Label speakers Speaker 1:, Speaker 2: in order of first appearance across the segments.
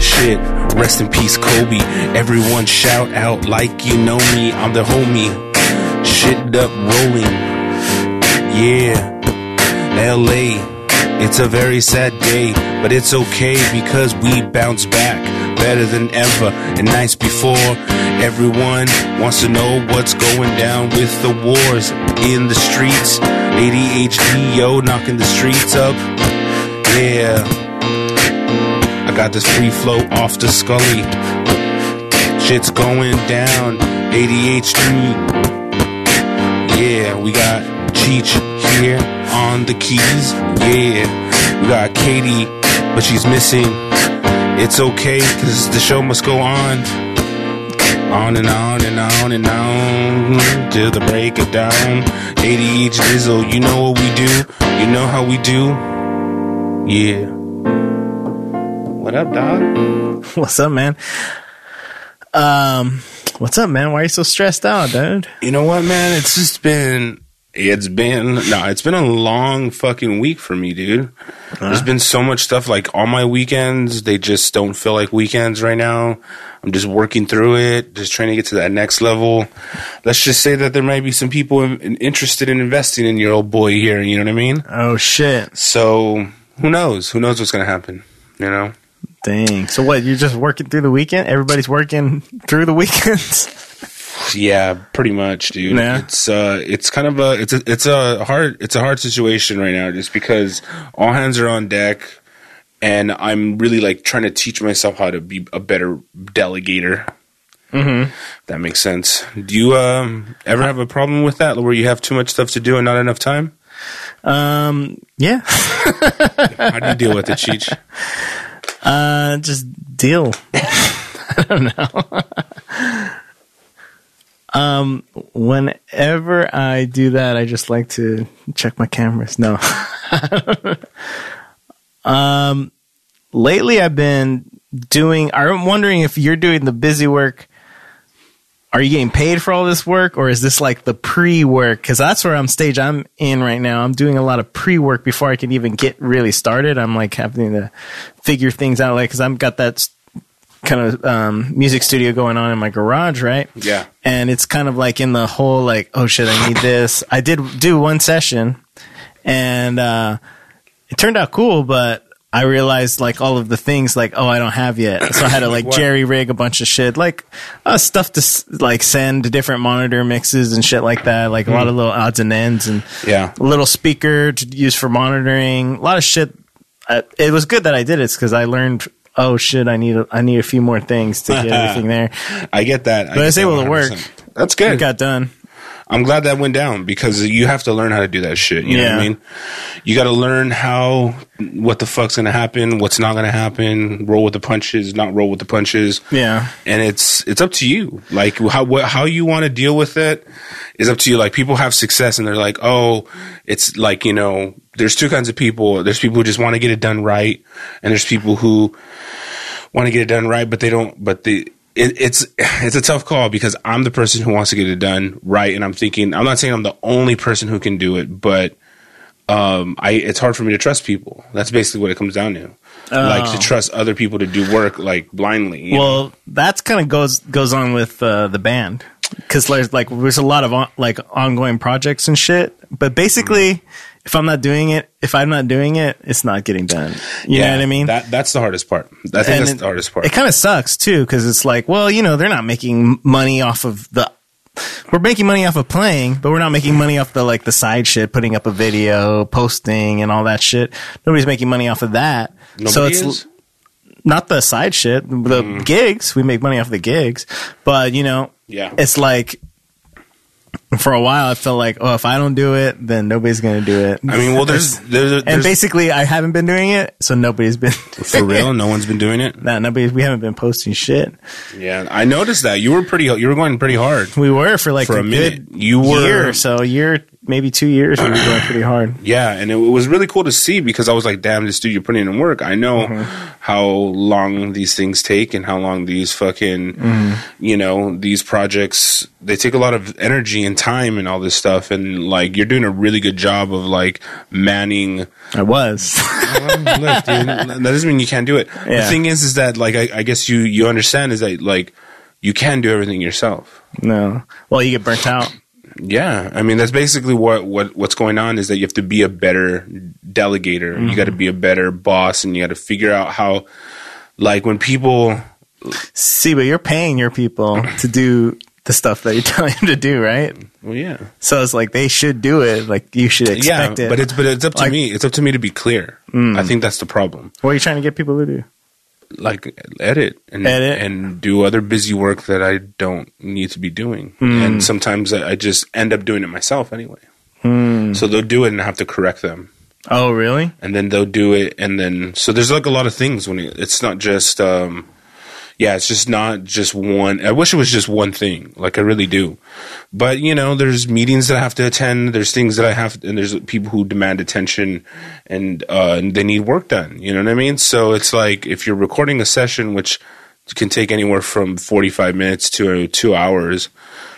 Speaker 1: shit. Rest in peace, Kobe. Everyone shout out like you know me. I'm the homie. Shit up rolling. Yeah. LA. It's a very sad day, but it's okay because we bounce back better than ever. And nights before, everyone wants to know what's going down with the wars in the streets. ADHD, yo, knocking the streets up. Yeah. I got this free flow off the scully. Shit's going down. ADHD, yeah, we got Cheech here on the keys. Yeah, we got Katie, but she's missing. It's okay, cause the show must go on. On and on and on and on till the break of dawn. ADH Dizzle, you know what we do, you know how we do. Yeah. What up, dog?
Speaker 2: What's up, man? Um, what's up, man? Why are you so stressed out, dude?
Speaker 1: You know what, man? It's just been. It's been no, it's been a long fucking week for me, dude. There's been so much stuff. Like all my weekends, they just don't feel like weekends right now. I'm just working through it, just trying to get to that next level. Let's just say that there might be some people in- interested in investing in your old boy here. You know what I mean?
Speaker 2: Oh shit!
Speaker 1: So who knows? Who knows what's gonna happen? You know?
Speaker 2: Dang. So what? You're just working through the weekend? Everybody's working through the weekends.
Speaker 1: Yeah, pretty much, dude.
Speaker 2: Yeah.
Speaker 1: It's uh, it's kind of a it's a it's a hard it's a hard situation right now, just because all hands are on deck, and I'm really like trying to teach myself how to be a better delegator.
Speaker 2: Mhm.
Speaker 1: That makes sense. Do you um ever have a problem with that, where you have too much stuff to do and not enough time?
Speaker 2: um, yeah.
Speaker 1: How do you deal with it, Cheech?
Speaker 2: Uh, just deal. I don't know. um, whenever I do that, I just like to check my cameras. No. um, lately I've been doing. I'm wondering if you're doing the busy work. Are you getting paid for all this work, or is this like the pre-work? Because that's where I'm stage I'm in right now. I'm doing a lot of pre-work before I can even get really started. I'm like having to figure things out, like because I've got that s- kind of um, music studio going on in my garage, right?
Speaker 1: Yeah.
Speaker 2: and it's kind of like in the whole like oh shit i need this i did do one session and uh it turned out cool but i realized like all of the things like oh i don't have yet so i had to like
Speaker 1: what?
Speaker 2: jerry rig a bunch of shit like uh, stuff to s- like send to different monitor mixes and shit like that like a lot of
Speaker 1: Hmm.
Speaker 2: little odds and ends and
Speaker 1: Yeah.
Speaker 2: a little speaker to use for monitoring a lot of shit I, it was good that i did it because i learned oh shit i need a, i need a few more things to get everything there
Speaker 1: I get that.
Speaker 2: But
Speaker 1: get
Speaker 2: it's
Speaker 1: that
Speaker 2: able to work.
Speaker 1: 100%. That's good.
Speaker 2: it got done
Speaker 1: I'm glad that went down because you have to learn how to do that shit. You know what
Speaker 2: Yeah.
Speaker 1: I mean? You got to learn how, what the fuck's going to happen, what's not going to happen, roll with the punches, not roll with the punches.
Speaker 2: yeah
Speaker 1: And it's, it's up to you. Like how, what, how you want to deal with it is up to you. Like people have success and they're like, oh, it's like, you know, there's two kinds of people. There's people who just want to get it done right. And there's people who, want to get it done right, but they don't. But the it, it's it's a tough call because I'm the person who wants to get it done right, and I'm thinking I'm not saying I'm the only person who can do it, but um, I it's hard for me to trust people. That's basically what it comes down to, like to trust other people to do work like blindly. you know?
Speaker 2: Well, that's kind of goes goes on with uh, the band because there's like there's a lot of on, like ongoing projects and shit. But basically,
Speaker 1: Mm-hmm.
Speaker 2: if I'm not doing it, if I'm not doing it, it's not getting done. You know what I mean?
Speaker 1: That that's the hardest part. I think that's
Speaker 2: it-
Speaker 1: the hardest part.
Speaker 2: It kind of sucks too because it's like, well, you know, they're not making money off of the. We're making money off of playing, but we're not making money off the like the side shit, putting up a video, posting, and all that shit. Nobody's making money off of that. so
Speaker 1: Nobody
Speaker 2: it's
Speaker 1: is?
Speaker 2: not the side shit, the
Speaker 1: Mm-hmm.
Speaker 2: gigs. We make money off the gigs, but you know,
Speaker 1: Yeah.
Speaker 2: it's like for a while I felt like, oh, if I don't do it, then nobody's gonna do it.
Speaker 1: I mean, well, there's there's,
Speaker 2: and
Speaker 1: there's
Speaker 2: basically I haven't been doing it, so nobody's been
Speaker 1: for real. No one's been doing it.
Speaker 2: Nah, nobody. We haven't been posting shit.
Speaker 1: Yeah, I noticed that you were pretty. You were going pretty hard
Speaker 2: We were for like
Speaker 1: for a
Speaker 2: good
Speaker 1: minute. You were
Speaker 2: year or so, year maybe two years we were going pretty hard.
Speaker 1: Yeah, and it was really cool to see because I was like, damn, this dude, you're putting in work. I know
Speaker 2: Mm-hmm.
Speaker 1: how long these things take and how long these fucking,
Speaker 2: Mm-hmm.
Speaker 1: you know, these projects, they take a lot of energy and time and all this stuff. And like, you're doing a really good job of like manning.
Speaker 2: I was.
Speaker 1: Look, dude, that doesn't mean you can't do it. The
Speaker 2: Yeah.
Speaker 1: thing is, is that like, I, I guess you, you understand is that like, you can do everything yourself.
Speaker 2: no. Well, you get burnt out.
Speaker 1: Yeah, I mean that's basically what what what's going on is that you have to be a better delegator. You got to
Speaker 2: Mm-hmm.
Speaker 1: be a better boss, and you got to figure out how, like, when people
Speaker 2: See, but you're paying your people to do the stuff that you're telling them to do, right?
Speaker 1: well, yeah,
Speaker 2: So it's like they should do it. Like you should expect
Speaker 1: yeah,
Speaker 2: it.
Speaker 1: but it's but it's up to
Speaker 2: Like- Mm.
Speaker 1: me. It's up to me to be clear. I think that's the problem.
Speaker 2: what are you trying to get people to do?
Speaker 1: Like, edit and
Speaker 2: Edit.
Speaker 1: and do other busy work that I don't need to be doing,
Speaker 2: Mm.
Speaker 1: and sometimes I I just end up doing it myself anyway. Mm-hmm. So they'll do it, and I have to correct them.
Speaker 2: Hmm. Oh, really?
Speaker 1: and then they'll do it and then so there's like a lot of things when it, it's not just um yeah it's just not just one i wish it was just one thing like i really do but you know there's meetings that i have to attend there's things that i have and there's people who demand attention and uh and they need work done you know what i mean so it's like if you're recording a session which can take anywhere from 45 minutes to uh, two hours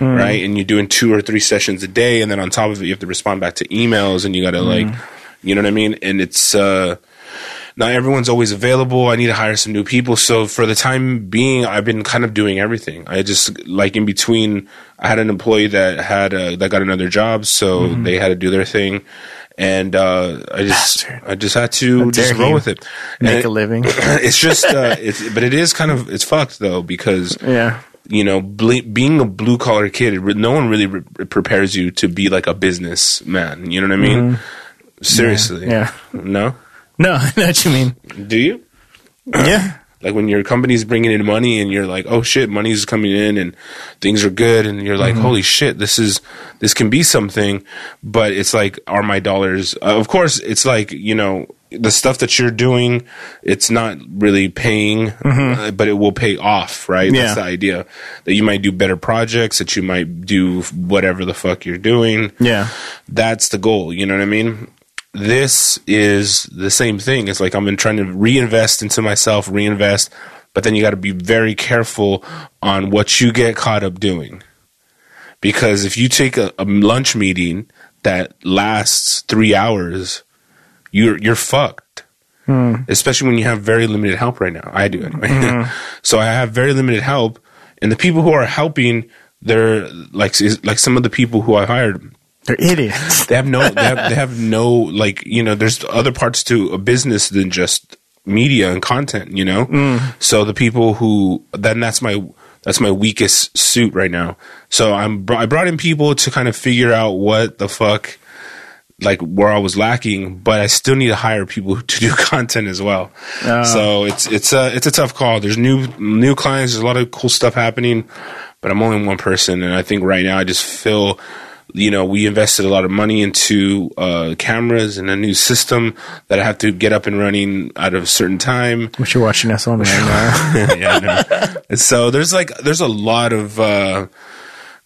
Speaker 1: right? And you're doing two or three sessions a day, and then on top of it, you have to respond back to emails, and you got to like, you know what I mean? And it's uh, not everyone's always available. I need to hire some new people, so for the time being, I've been kind of doing everything. I just like in between, I had an employee that had uh that got another job, so
Speaker 2: Mm-hmm.
Speaker 1: they had to do their thing. And uh, I just,
Speaker 2: Bastard.
Speaker 1: I just had to
Speaker 2: dare
Speaker 1: just roll
Speaker 2: you.
Speaker 1: with it. And
Speaker 2: Make
Speaker 1: it-
Speaker 2: a living.
Speaker 1: it's just, uh, it's, but it is kind of, it's fucked though because
Speaker 2: yeah.
Speaker 1: you know, ble- being a blue collar kid, it re- no one really re- prepares you to be like a businessman. You know what I mean? Seriously.
Speaker 2: Mm-hmm. Yeah.
Speaker 1: No?
Speaker 2: No, I know what you mean.
Speaker 1: Do you?
Speaker 2: yeah.
Speaker 1: Like when your company's bringing in money and you're like, oh shit, money's coming in and things are good. And you're like, holy shit, this is, this can be something. But it's like, are my dollars, uh, of course, it's like, you know, the stuff that you're doing, it's not really paying, uh, but it will pay off, right?
Speaker 2: Yeah.
Speaker 1: That's the idea that you might do better projects, that you might do whatever the fuck you're doing
Speaker 2: Yeah.
Speaker 1: that's the goal. You know what I mean? This is the same thing. It's like I'm in trying to reinvest into myself, reinvest, but then you got to be very careful on what you get caught up doing. Because if you take a, a lunch meeting that lasts three hours, you're you're fucked. Especially when you have very limited help right now. I do anyway. so I have very limited help, and the people who are helping, they're like is- like some of the people who I hired
Speaker 2: They're idiots.
Speaker 1: they have no they have, they have no like you know there's other parts to a business than just media and content you know so the people who then that's my that's my weakest suit right now so i'm br- i brought in people to kind of figure out what the fuck like where i was lacking but i still need to hire people to do content as well so it's it's a it's a tough call there's new new clients there's a lot of cool stuff happening but i'm only one person and i think right now i just feel you know, we invested a lot of money into uh, cameras and a new system that I have to get up and running at a certain time.
Speaker 2: Which you're watching us on right now.
Speaker 1: yeah, I know. And so there's like there's a lot of uh,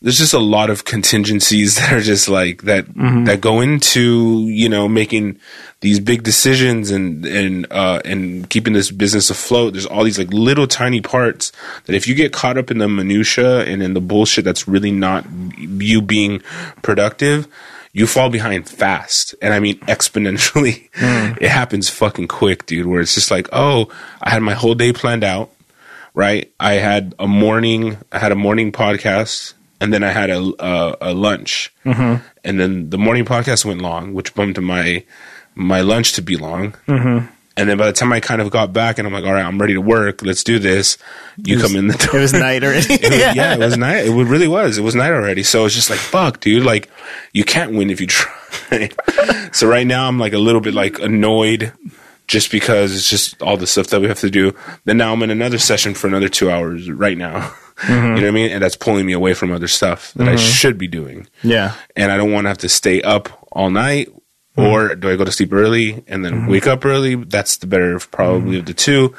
Speaker 1: there's just a lot of contingencies that are just like that that go into you know making these big decisions and and uh, and keeping this business afloat. There's all these like little tiny parts that if you get caught up in the minutia and in the bullshit that's really not you being productive. You fall behind fast, and I mean exponentially. It happens fucking quick, dude. Where it's just like, oh, I had my whole day planned out right? I had a morning, I had a morning podcast, and then I had a a, a lunch, mm-hmm. and then the morning podcast went long, which bumped my my lunch to be long. Mm-hmm. And then by the time I kind of got back, and I'm like, all right, I'm ready to work. Let's do this. You come in the door
Speaker 2: It was night already.
Speaker 1: it was, yeah. it was night. It wa- really was. It was night already. So it's just like, fuck, dude. Like, you can't win if you try. so right now, I'm like a little bit like annoyed just because it's just all the stuff that we have to do. Then now I'm in another session for another two hours right now. You know what I mean? And that's pulling me away from other stuff that I should be doing.
Speaker 2: Yeah.
Speaker 1: And I don't want to have to stay up all night. Or do I go to sleep early and then wake up early? That's the better of probably of the two.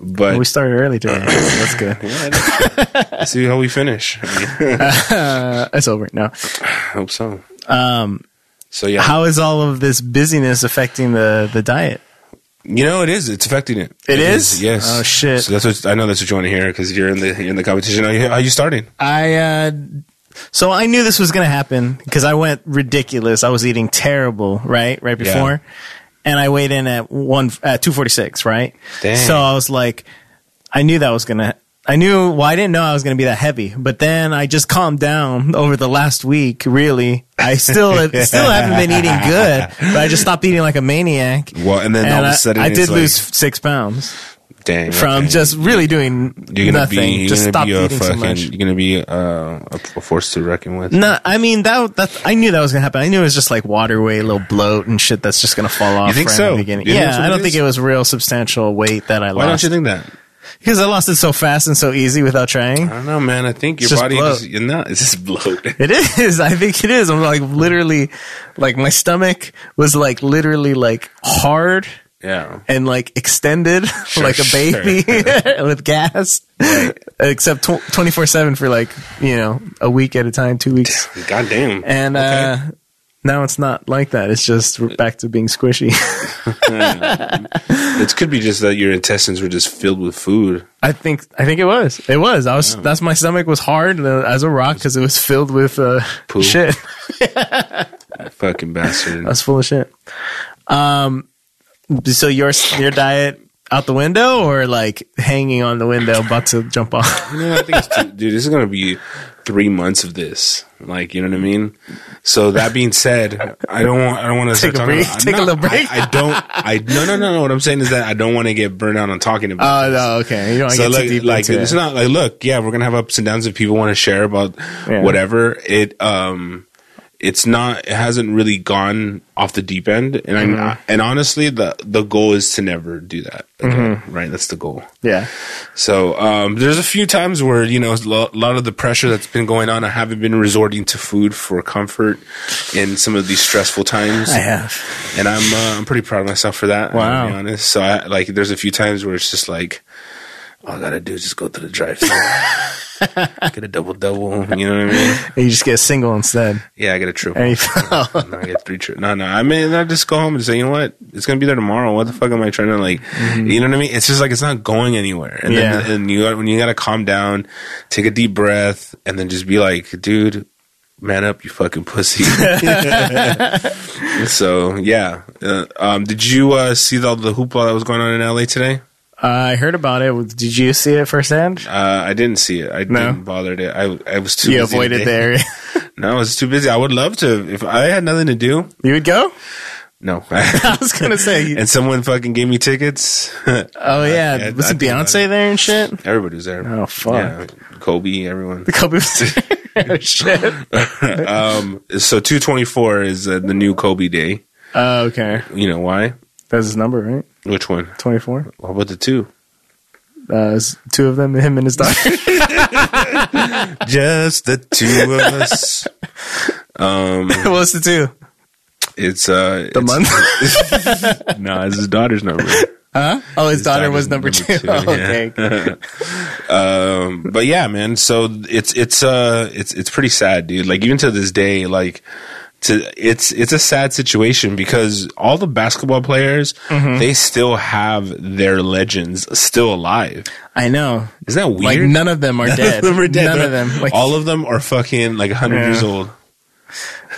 Speaker 1: But
Speaker 2: We started early today. so That's good.
Speaker 1: see how we finish. I mean,
Speaker 2: Uh, it's over. No.
Speaker 1: I hope so.
Speaker 2: Um,
Speaker 1: So yeah,
Speaker 2: how is all of this busyness affecting the the diet?
Speaker 1: you know it is. It's affecting it.
Speaker 2: It is?
Speaker 1: Yes.
Speaker 2: Oh, shit.
Speaker 1: So that's what I know. That's what you want to hear because you're in the you're in the competition. How you, how you starting?
Speaker 2: I uh, so I knew this was going to happen because I went ridiculous. I was eating terrible, right? Right
Speaker 1: Yeah.
Speaker 2: before. And I weighed in at one at 246, right?
Speaker 1: Dang.
Speaker 2: So I was like I knew that was going to I knew well I didn't know I was going to be that heavy, but then I just calmed down over the last week, really. I still still haven't been eating good, but I just stopped eating like a maniac.
Speaker 1: Well, and then
Speaker 2: And
Speaker 1: all of
Speaker 2: I,
Speaker 1: a sudden
Speaker 2: I
Speaker 1: it's
Speaker 2: did
Speaker 1: like,
Speaker 2: lose 6 pounds
Speaker 1: dang,
Speaker 2: from
Speaker 1: okay.
Speaker 2: just really doing
Speaker 1: You're gonna
Speaker 2: nothing.
Speaker 1: be you're
Speaker 2: just
Speaker 1: gonna
Speaker 2: stopped
Speaker 1: be a
Speaker 2: eating so
Speaker 1: fucking
Speaker 2: much.
Speaker 1: you're gonna be uh, a, a force to reckon with.
Speaker 2: No, I mean that. That I knew that was gonna happen. I knew it was just like waterway, little bloat and shit that's just gonna fall off.
Speaker 1: think
Speaker 2: right
Speaker 1: so?
Speaker 2: In the beginning.
Speaker 1: You think that's
Speaker 2: yeah,
Speaker 1: what
Speaker 2: I don't
Speaker 1: it
Speaker 2: think
Speaker 1: is?
Speaker 2: it was real substantial weight that I
Speaker 1: Why
Speaker 2: lost
Speaker 1: don't you think that?
Speaker 2: because I lost it so fast and so easy without trying.
Speaker 1: I don't know, man. I think your
Speaker 2: It's just
Speaker 1: body
Speaker 2: bloat.
Speaker 1: just, you're not. It's just bloat.
Speaker 2: It is. I think it is. I'm like literally, like my stomach was like literally like hard
Speaker 1: yeah.
Speaker 2: and like extended like a baby with gas, except twenty four seven for like you know a week at a time, two weeks.
Speaker 1: God damn.
Speaker 2: And uh, now it's not like that. It's just we're back to being squishy.
Speaker 1: it could be just that your intestines were just filled with food.
Speaker 2: I think I think it was. It was. I was. That's my stomach was hard uh, as a rock because it was filled with uh,
Speaker 1: Poo.
Speaker 2: shit.
Speaker 1: Fucking bastard.
Speaker 2: I was full of shit. Um. So your your diet out the window or like hanging on the window about to jump off?
Speaker 1: No, I think it's too, dude, this is gonna be three months of this. Like, you know what I mean? So that being said, I don't want I don't want to
Speaker 2: Take a break. Take a little break.
Speaker 1: I, I don't I no no no no what I'm saying is that I don't want to get burned out on talking about
Speaker 2: Oh no. Okay. You don't
Speaker 1: so
Speaker 2: get
Speaker 1: like,
Speaker 2: too deep
Speaker 1: like
Speaker 2: into
Speaker 1: it's
Speaker 2: it.
Speaker 1: not like look yeah we're gonna have ups and downs if people want to share about
Speaker 2: Yeah.
Speaker 1: whatever it um it's not it hasn't really gone off the deep end and
Speaker 2: Mm-hmm.
Speaker 1: I, and honestly the the goal is to never do that again,
Speaker 2: Mm-hmm.
Speaker 1: right that's the goal
Speaker 2: yeah.
Speaker 1: so um there's a few times where you know a lo- lot of the pressure that's been going on I haven't been resorting to food for comfort in some of these stressful times
Speaker 2: I have.
Speaker 1: and I'm uh, I'm pretty proud of myself for that.
Speaker 2: Wow.
Speaker 1: to be honest. So I like there's a few times where it's just like all I gotta do is just go through the drive thru get a double double. You know what I mean?
Speaker 2: You just get a single instead.
Speaker 1: Yeah, I get a triple.
Speaker 2: And you Uh,
Speaker 1: No, I get three tri- No, no. I mean, I just go home and say, you know what? It's gonna be there tomorrow. What the fuck am I trying to like? You know what I mean? It's just like it's not going anywhere. And then
Speaker 2: Mm-hmm. Yeah.
Speaker 1: and you got, when you gotta calm down, take a deep breath, and then just be like, dude, man up, you fucking pussy. so yeah. Uh, um, did you uh, see all the hoopla that was going on in LA today?
Speaker 2: I heard about it. Did you see it firsthand?
Speaker 1: Uh, I didn't see it. I
Speaker 2: No.
Speaker 1: didn't bother to. I I was too.
Speaker 2: You
Speaker 1: busy
Speaker 2: avoided
Speaker 1: today.
Speaker 2: the area.
Speaker 1: No, I was too busy. I would love to if I had nothing to do.
Speaker 2: You would go.
Speaker 1: No.
Speaker 2: I was gonna say.
Speaker 1: and someone fucking gave me tickets.
Speaker 2: Oh yeah,
Speaker 1: yeah,
Speaker 2: was
Speaker 1: I
Speaker 2: it
Speaker 1: think about
Speaker 2: Beyonce there and shit?
Speaker 1: Everybody was there.
Speaker 2: Oh, fuck.
Speaker 1: Kobe, everyone.
Speaker 2: The Kobe was there. oh shit.
Speaker 1: um, so 224 is uh, the new Kobe day.
Speaker 2: Oh okay,
Speaker 1: You know why?
Speaker 2: that's his number, right?
Speaker 1: Which one?
Speaker 2: Twenty four.
Speaker 1: What about the two?
Speaker 2: Uh, it's two of them, him and his daughter.
Speaker 1: Just the two of us. Um,
Speaker 2: What's the two?
Speaker 1: it's uh,
Speaker 2: The month.
Speaker 1: month. no, it's his daughter's number.
Speaker 2: Huh? Oh, his, daughter
Speaker 1: daughter's
Speaker 2: was number,
Speaker 1: number
Speaker 2: two.
Speaker 1: two,
Speaker 2: Oh,
Speaker 1: yeah.
Speaker 2: okay.
Speaker 1: um, but yeah, man. So it's it's uh it's it's pretty sad, dude. Like even to this day, like to it's it's a sad situation because all the basketball players they still have their legends still alive.
Speaker 2: I know.
Speaker 1: Isn't that
Speaker 2: Like
Speaker 1: weird?
Speaker 2: none of them are
Speaker 1: None of
Speaker 2: dead.
Speaker 1: them are dead.
Speaker 2: None
Speaker 1: They're-
Speaker 2: of them. Like
Speaker 1: all of them are fucking like 100
Speaker 2: Yeah.
Speaker 1: years old.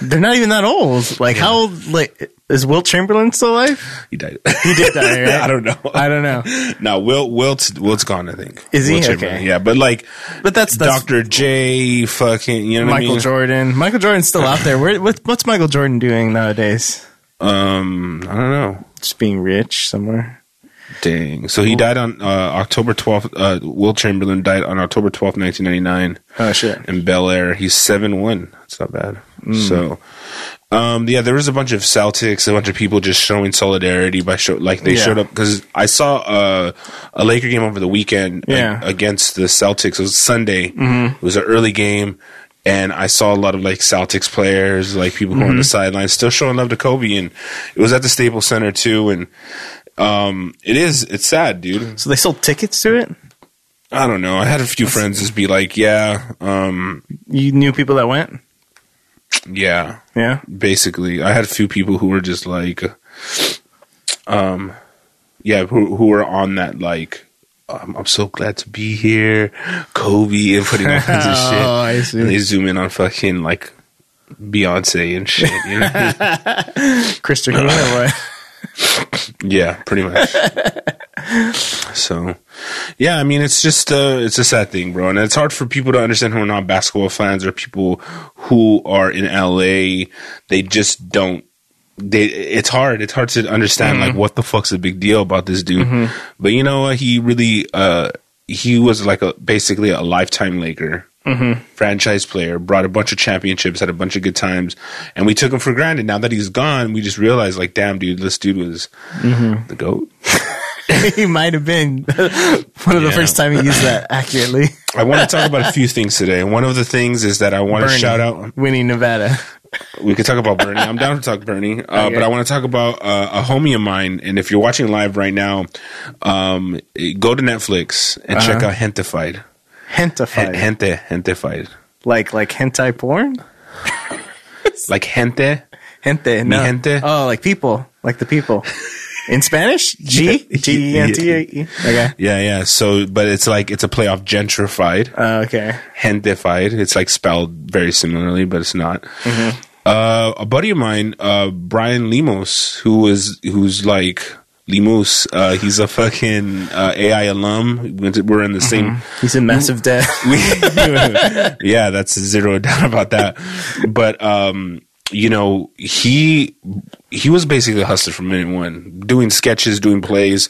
Speaker 2: they're not even that old. Like how old? Like is Will Chamberlain still alive?
Speaker 1: He died.
Speaker 2: He did die. Right?
Speaker 1: I don't know.
Speaker 2: I don't know.
Speaker 1: no, Will Wilt's Wilt's gone. I think
Speaker 2: Is he?
Speaker 1: Wilt Chamberlain.
Speaker 2: Okay.
Speaker 1: Yeah, but like
Speaker 2: But that's, that's
Speaker 1: Dr. J, fucking you know what I
Speaker 2: Michael
Speaker 1: mean?
Speaker 2: Jordan. Michael Jordan's still out there. Where, what, what's Michael Jordan doing nowadays?
Speaker 1: Um, I don't know.
Speaker 2: Just being rich somewhere.
Speaker 1: Dang. So he died on uh, October 12th. Uh, Will Chamberlain died on October 12th, 1999
Speaker 2: Oh shit.
Speaker 1: in Bel Air. He's 7 1. That's not bad.
Speaker 2: Mm.
Speaker 1: So. Um, yeah, there was a bunch of Celtics, a bunch of people just showing solidarity by show, like they
Speaker 2: Yeah.
Speaker 1: showed up because I saw uh, a Laker game over the weekend a-
Speaker 2: Yeah. Mm-hmm.
Speaker 1: against the Celtics. It was Sunday. It was an early game, and I saw a lot of like Celtics players, like people who are on the
Speaker 2: Mm-hmm.
Speaker 1: sidelines, still showing love to Kobe. And it was at the Staples Center too. And um, it is it's sad, dude.
Speaker 2: So they sold tickets to it.
Speaker 1: I don't know. I had a few friends just be like, yeah, um,
Speaker 2: You knew people that went.
Speaker 1: Yeah,
Speaker 2: Yeah.
Speaker 1: basically, I had a few people who were just like, um, yeah, who who were on that like. Um, I'm so glad to be here, Kobe, and putting all kinds of shit.
Speaker 2: Oh, I see.
Speaker 1: And they zoom in on fucking like Beyonce and shit. You know?
Speaker 2: Krista Green or what?
Speaker 1: yeah, pretty much. so, yeah, I mean, it's just uh, it's a sad thing, bro, and it's hard for people to understand who are not basketball fans or people who are in LA. They just don't. They it's hard. It's hard to understand like what the fuck's a big deal about this dude. But you know what? He really uh he was like a basically a lifetime Laker. franchise player, brought a bunch of championships, had a bunch of good times, and we took him for granted. Now that he's gone, we just realized, like, damn, dude, this dude was the goat.
Speaker 2: he might have been one of the
Speaker 1: Yeah.
Speaker 2: first time he used that accurately.
Speaker 1: I want to talk about a few things today. One of the things is that I want to
Speaker 2: Bernie.
Speaker 1: shout out.
Speaker 2: Winnie Nevada.
Speaker 1: We could talk about Bernie. I'm down to talk Bernie, uh,
Speaker 2: Okay.
Speaker 1: but I want to talk about uh, a homie of mine. And if you're watching live right now, um, go to Netflix and check out Hentified.
Speaker 2: Hentified.
Speaker 1: H- Hente, Hentified,
Speaker 2: like like hentai porn?
Speaker 1: like Hente.
Speaker 2: Gente. No.
Speaker 1: gente.
Speaker 2: Oh, like people. Like the people. In Spanish? G? G E N T A E. Okay.
Speaker 1: Yeah, yeah. So, but it's like it's a play off gentrified.
Speaker 2: Uh, okay.
Speaker 1: Hentified. It's like spelled very similarly, but it's not. Uh, a buddy of mine, uh, Brian Limos, who was who's like Limos. Uh, he's a fucking uh, AI alum. We went to- We're in the same
Speaker 2: He's in massive debt.
Speaker 1: yeah, that's zero doubt about that. But um, you know, he he was basically a hustler from minute one, doing sketches, doing plays,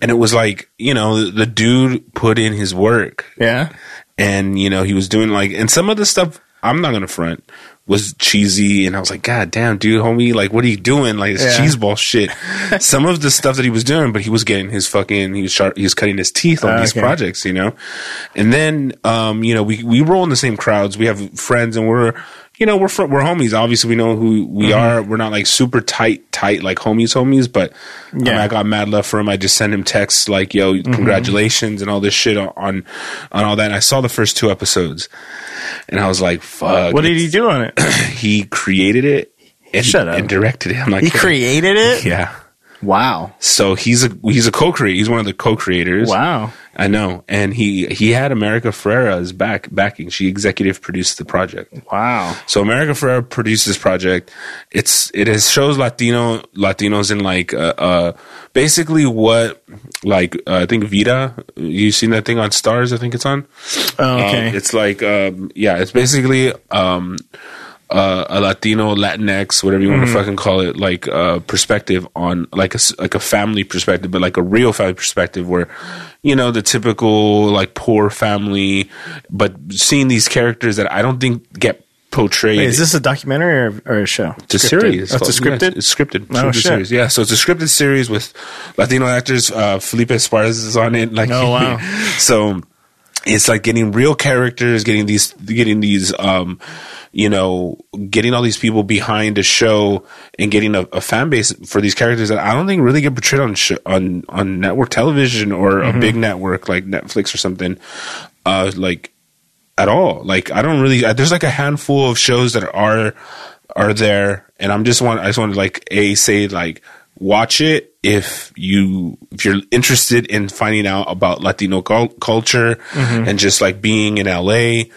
Speaker 1: and it was like you know the, the dude put in his work,
Speaker 2: yeah.
Speaker 1: and you know he was doing like and some of the stuff I'm not gonna front was cheesy and I was like god damn dude homie like what are you doing like it's
Speaker 2: Yeah.
Speaker 1: cheese ball shit some of the stuff that he was doing but he was getting his fucking he was sharp, he was cutting his teeth on
Speaker 2: Ah,
Speaker 1: these
Speaker 2: okay.
Speaker 1: projects you know and then um you know we we roll in the same crowds we have friends and we're you know we're fr- we're homies obviously we know who we
Speaker 2: Mm-hmm.
Speaker 1: are we're not like super tight tight like homies homies but yeah.
Speaker 2: Yeah. Mm-hmm.
Speaker 1: I got mad love for him. I just sent him texts like, "Yo, congratulations" and all this shit on on all that. And I saw the first two episodes, and I was like, "Fuck!"
Speaker 2: What did he do on it?
Speaker 1: he created it and,
Speaker 2: Shut up.
Speaker 1: and directed it. I'm like,
Speaker 2: He created it?
Speaker 1: yeah.
Speaker 2: Wow.
Speaker 1: So he's a he's a co-creator. He's one of the co-creators.
Speaker 2: Wow.
Speaker 1: I know. And he he had America Ferrera's back backing. She executive produced the project.
Speaker 2: Wow.
Speaker 1: So America Ferrera produced this project. It's it is shows Latino Latinos in like uh, uh basically what like uh, I think Vida. You seen that thing on Stars? I think it's on.
Speaker 2: Oh, okay.
Speaker 1: Um, it's like um yeah, it's basically um uh, a Latino Latinx, whatever you want
Speaker 2: Mm-hmm.
Speaker 1: to fucking call it, like uh, perspective on like a s- like a family perspective, but like a real family perspective where you know the typical like poor family, but seeing these characters that I don't think get portrayed
Speaker 2: Wait, is this a documentary or, or a show?
Speaker 1: it's a
Speaker 2: Scripted.
Speaker 1: series.
Speaker 2: Oh, it's a
Speaker 1: Yeah,
Speaker 2: scripted?
Speaker 1: it's scripted.
Speaker 2: Oh,
Speaker 1: scripted
Speaker 2: shit.
Speaker 1: series. Yeah, so it's a scripted series with Latino actors. Uh, Felipe Suarez is on it. Like,
Speaker 2: Oh, wow.
Speaker 1: so it's like getting real characters, getting these, getting these, um, you know, getting all these people behind a show and getting a, a fan base for these characters that I don't think really get portrayed on sh- on on network television or
Speaker 2: Mm-hmm.
Speaker 1: a big network like Netflix or something. Uh, like at all. Like I don't really. I, there's like a handful of shows that are are there, and I'm just want. I just want to like a say like watch it if you if you're interested in finding out about Latino cul- culture and just like being in LA.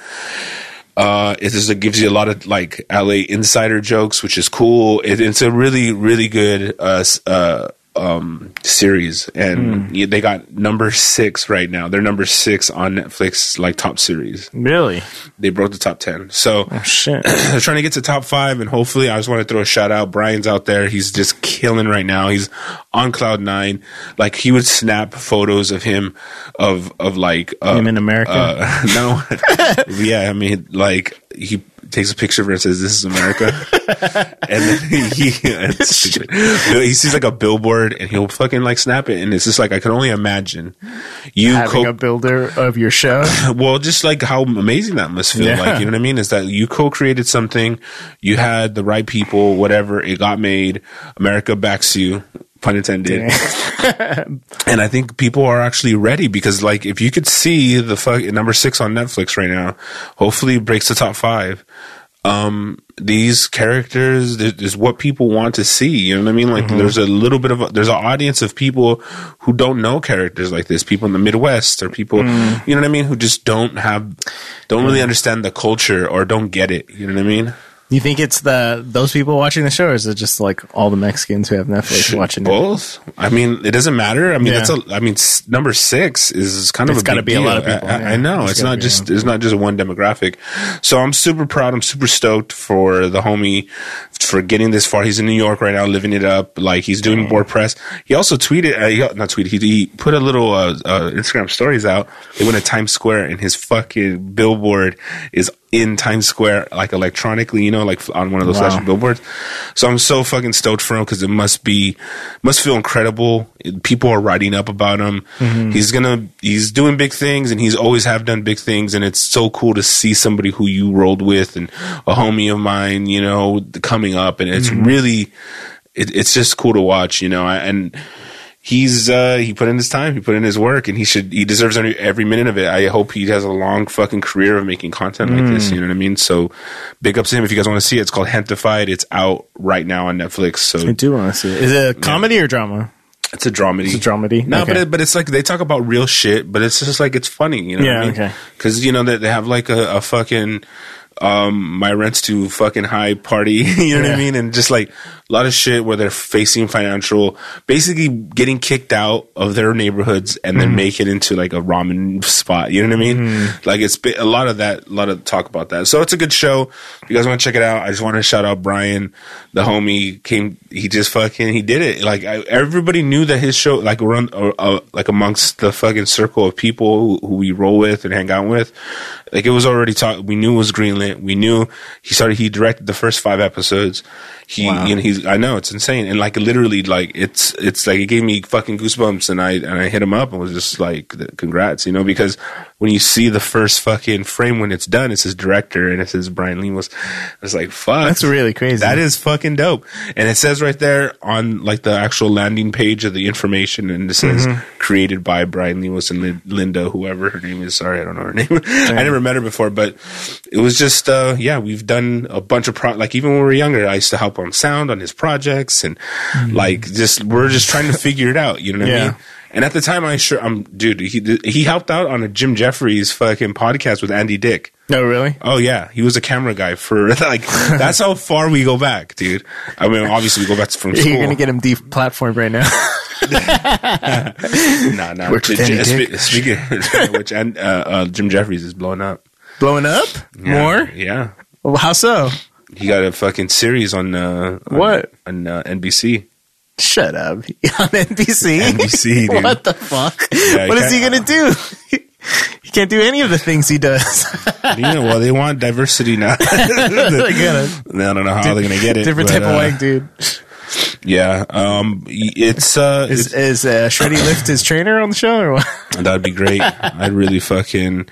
Speaker 1: Uh, it just gives you a lot of like LA insider jokes, which is cool. It, it's a really really good uh, s- uh um series, and yeah, they got number six right now. They're number six on Netflix, like top series
Speaker 2: Really?
Speaker 1: they broke the top 10 so
Speaker 2: Oh, Shit.
Speaker 1: they're trying to get to top five and hopefully i just want to throw a shout out brian's out there he's just killing right now he's on cloud nine like he would snap photos of him of of like uh,
Speaker 2: Him in America?
Speaker 1: uh, no yeah i mean like he takes a picture of her and says this is america and then he it's stupid. he sees like a billboard and he'll fucking like snap it and it's just like i can only imagine you
Speaker 2: Having
Speaker 1: co-
Speaker 2: a builder of your show.
Speaker 1: well, just like how amazing that must feel.
Speaker 2: Yeah.
Speaker 1: Like, you know what I mean? Is that you co created something, you had the right people, whatever, it got made. America backs you, pun intended. and I think people are actually ready because, like, if you could see the fuck number six on Netflix right now, hopefully it breaks the top five. um these characters is, is what people want to see you know what i mean like there's a little bit of a, there's an audience of people who don't know characters like this people in the midwest or people you know what i mean who just don't have don't really understand the culture or don't get it you know what i mean
Speaker 2: You think it's the those people watching the show, or is it just like all the Mexicans who have Netflix watching it?
Speaker 1: both i mean it doesn't matter i mean
Speaker 2: Yeah.
Speaker 1: that's a i mean s- number six is kind of a
Speaker 2: It's gotta
Speaker 1: big
Speaker 2: be a
Speaker 1: deal.
Speaker 2: lot of people,
Speaker 1: I, I- I
Speaker 2: yeah.
Speaker 1: know
Speaker 2: It's
Speaker 1: it's, not
Speaker 2: gotta be,
Speaker 1: just it's not just one demographic so i'm super proud i'm super stoked for the homie for getting this far he's in new york right now living it up like he's doing wordpress he also tweeted uh, he, not tweeted he, he put a little uh, uh, instagram stories out they went to times square and his fucking billboard is in Times Square, like electronically, you know, like on one of those
Speaker 2: Wow.
Speaker 1: flashing billboards. So I'm so fucking stoked for him because it must be, must feel incredible. People are writing up about him. He's gonna, he's doing big things, and he's always have done big things. And it's so cool to see somebody who you rolled with and a homie of mine, you know, coming up, and it's really, it, it's just cool to watch, you know, and he's uh he put in his time he put in his work and he should he deserves every, every minute of it i hope he has a long fucking career of making content like this you know what i mean so big ups to him if you guys want to see it it's called hentified it's out right now on netflix so
Speaker 2: I do want to see it. Is it a comedy or drama?
Speaker 1: it's a dramedy
Speaker 2: It's a dramedy.
Speaker 1: no
Speaker 2: Okay.
Speaker 1: but it, but it's like they talk about real shit but it's just like it's funny you know
Speaker 2: Yeah,
Speaker 1: what i mean
Speaker 2: okay.
Speaker 1: cuz you know that they, have like a, a fucking um my rent's too fucking high party you know what
Speaker 2: Yeah.
Speaker 1: i mean and just like a lot of shit where they're facing financial basically getting kicked out of their neighborhoods and
Speaker 2: Mm-hmm.
Speaker 1: then make it into like a ramen spot you know what i mean like it's been, a lot of that a lot of talk about that so it's a good show if you guys want to check it out i just want to shout out brian the homie came he just fucking he did it like I, everybody knew that his show like run or, uh, like amongst the fucking circle of people who, who we roll with and hang out with like it was already talked. We knew it was greenlit. We knew he started. He directed the first five episodes. He, you know, he's. I know it's insane. And like literally, like it's, it's like it gave me fucking goosebumps. And I and I hit him up and was just like, congrats, you know, because when you see the first fucking frame when it's done, it says director and it says Brian Lee was. It's like fuck.
Speaker 2: That's really crazy.
Speaker 1: That is fucking dope. And it says right there on like the actual landing page of the information, and it says
Speaker 2: Mm-hmm.
Speaker 1: created by Brian Lewis and Lin- Linda, whoever her name is. Sorry, I don't know her name. I never met her before, but it was just uh, yeah. We've done a bunch of pro like even when we were younger, I used to help on sound on his projects, and like just we're just trying to figure it out. You know what I
Speaker 2: Mm. Yeah.
Speaker 1: mean? And at the time, I sure, I'm dude. He he helped out on a Jim Jeffries fucking podcast with Andy Dick.
Speaker 2: No, really.
Speaker 1: Oh yeah, he was a camera guy for like that's how far we go back, dude. I mean, obviously we go back from school.
Speaker 2: You're gonna get him deplatformed right now.
Speaker 1: nah, nah.
Speaker 2: Worked with Andy
Speaker 1: Spe-
Speaker 2: Dick.
Speaker 1: Speaking of which, and uh, uh, Jim Jeffries is blowing up.
Speaker 2: Blowing up more?
Speaker 1: Yeah,
Speaker 2: Well, how so?
Speaker 1: he got a fucking series on uh, on-
Speaker 2: What?
Speaker 1: on uh, NBC.
Speaker 2: Shut up. On NBC.
Speaker 1: NBC, dude.
Speaker 2: what the fuck?
Speaker 1: he
Speaker 2: what is he
Speaker 1: can't-
Speaker 2: gonna do? he can't do any of the things he does.
Speaker 1: you know, well, they want diversity now.
Speaker 2: They
Speaker 1: I
Speaker 2: gotta-
Speaker 1: don't know how they're gonna get it.
Speaker 2: Different
Speaker 1: but,
Speaker 2: type of
Speaker 1: uh,
Speaker 2: wank, dude.
Speaker 1: Yeah, um, it's uh, it's,
Speaker 2: Is is uh, Shreddy lift his trainer on the show or what?
Speaker 1: That'd be great. I'd really fucking.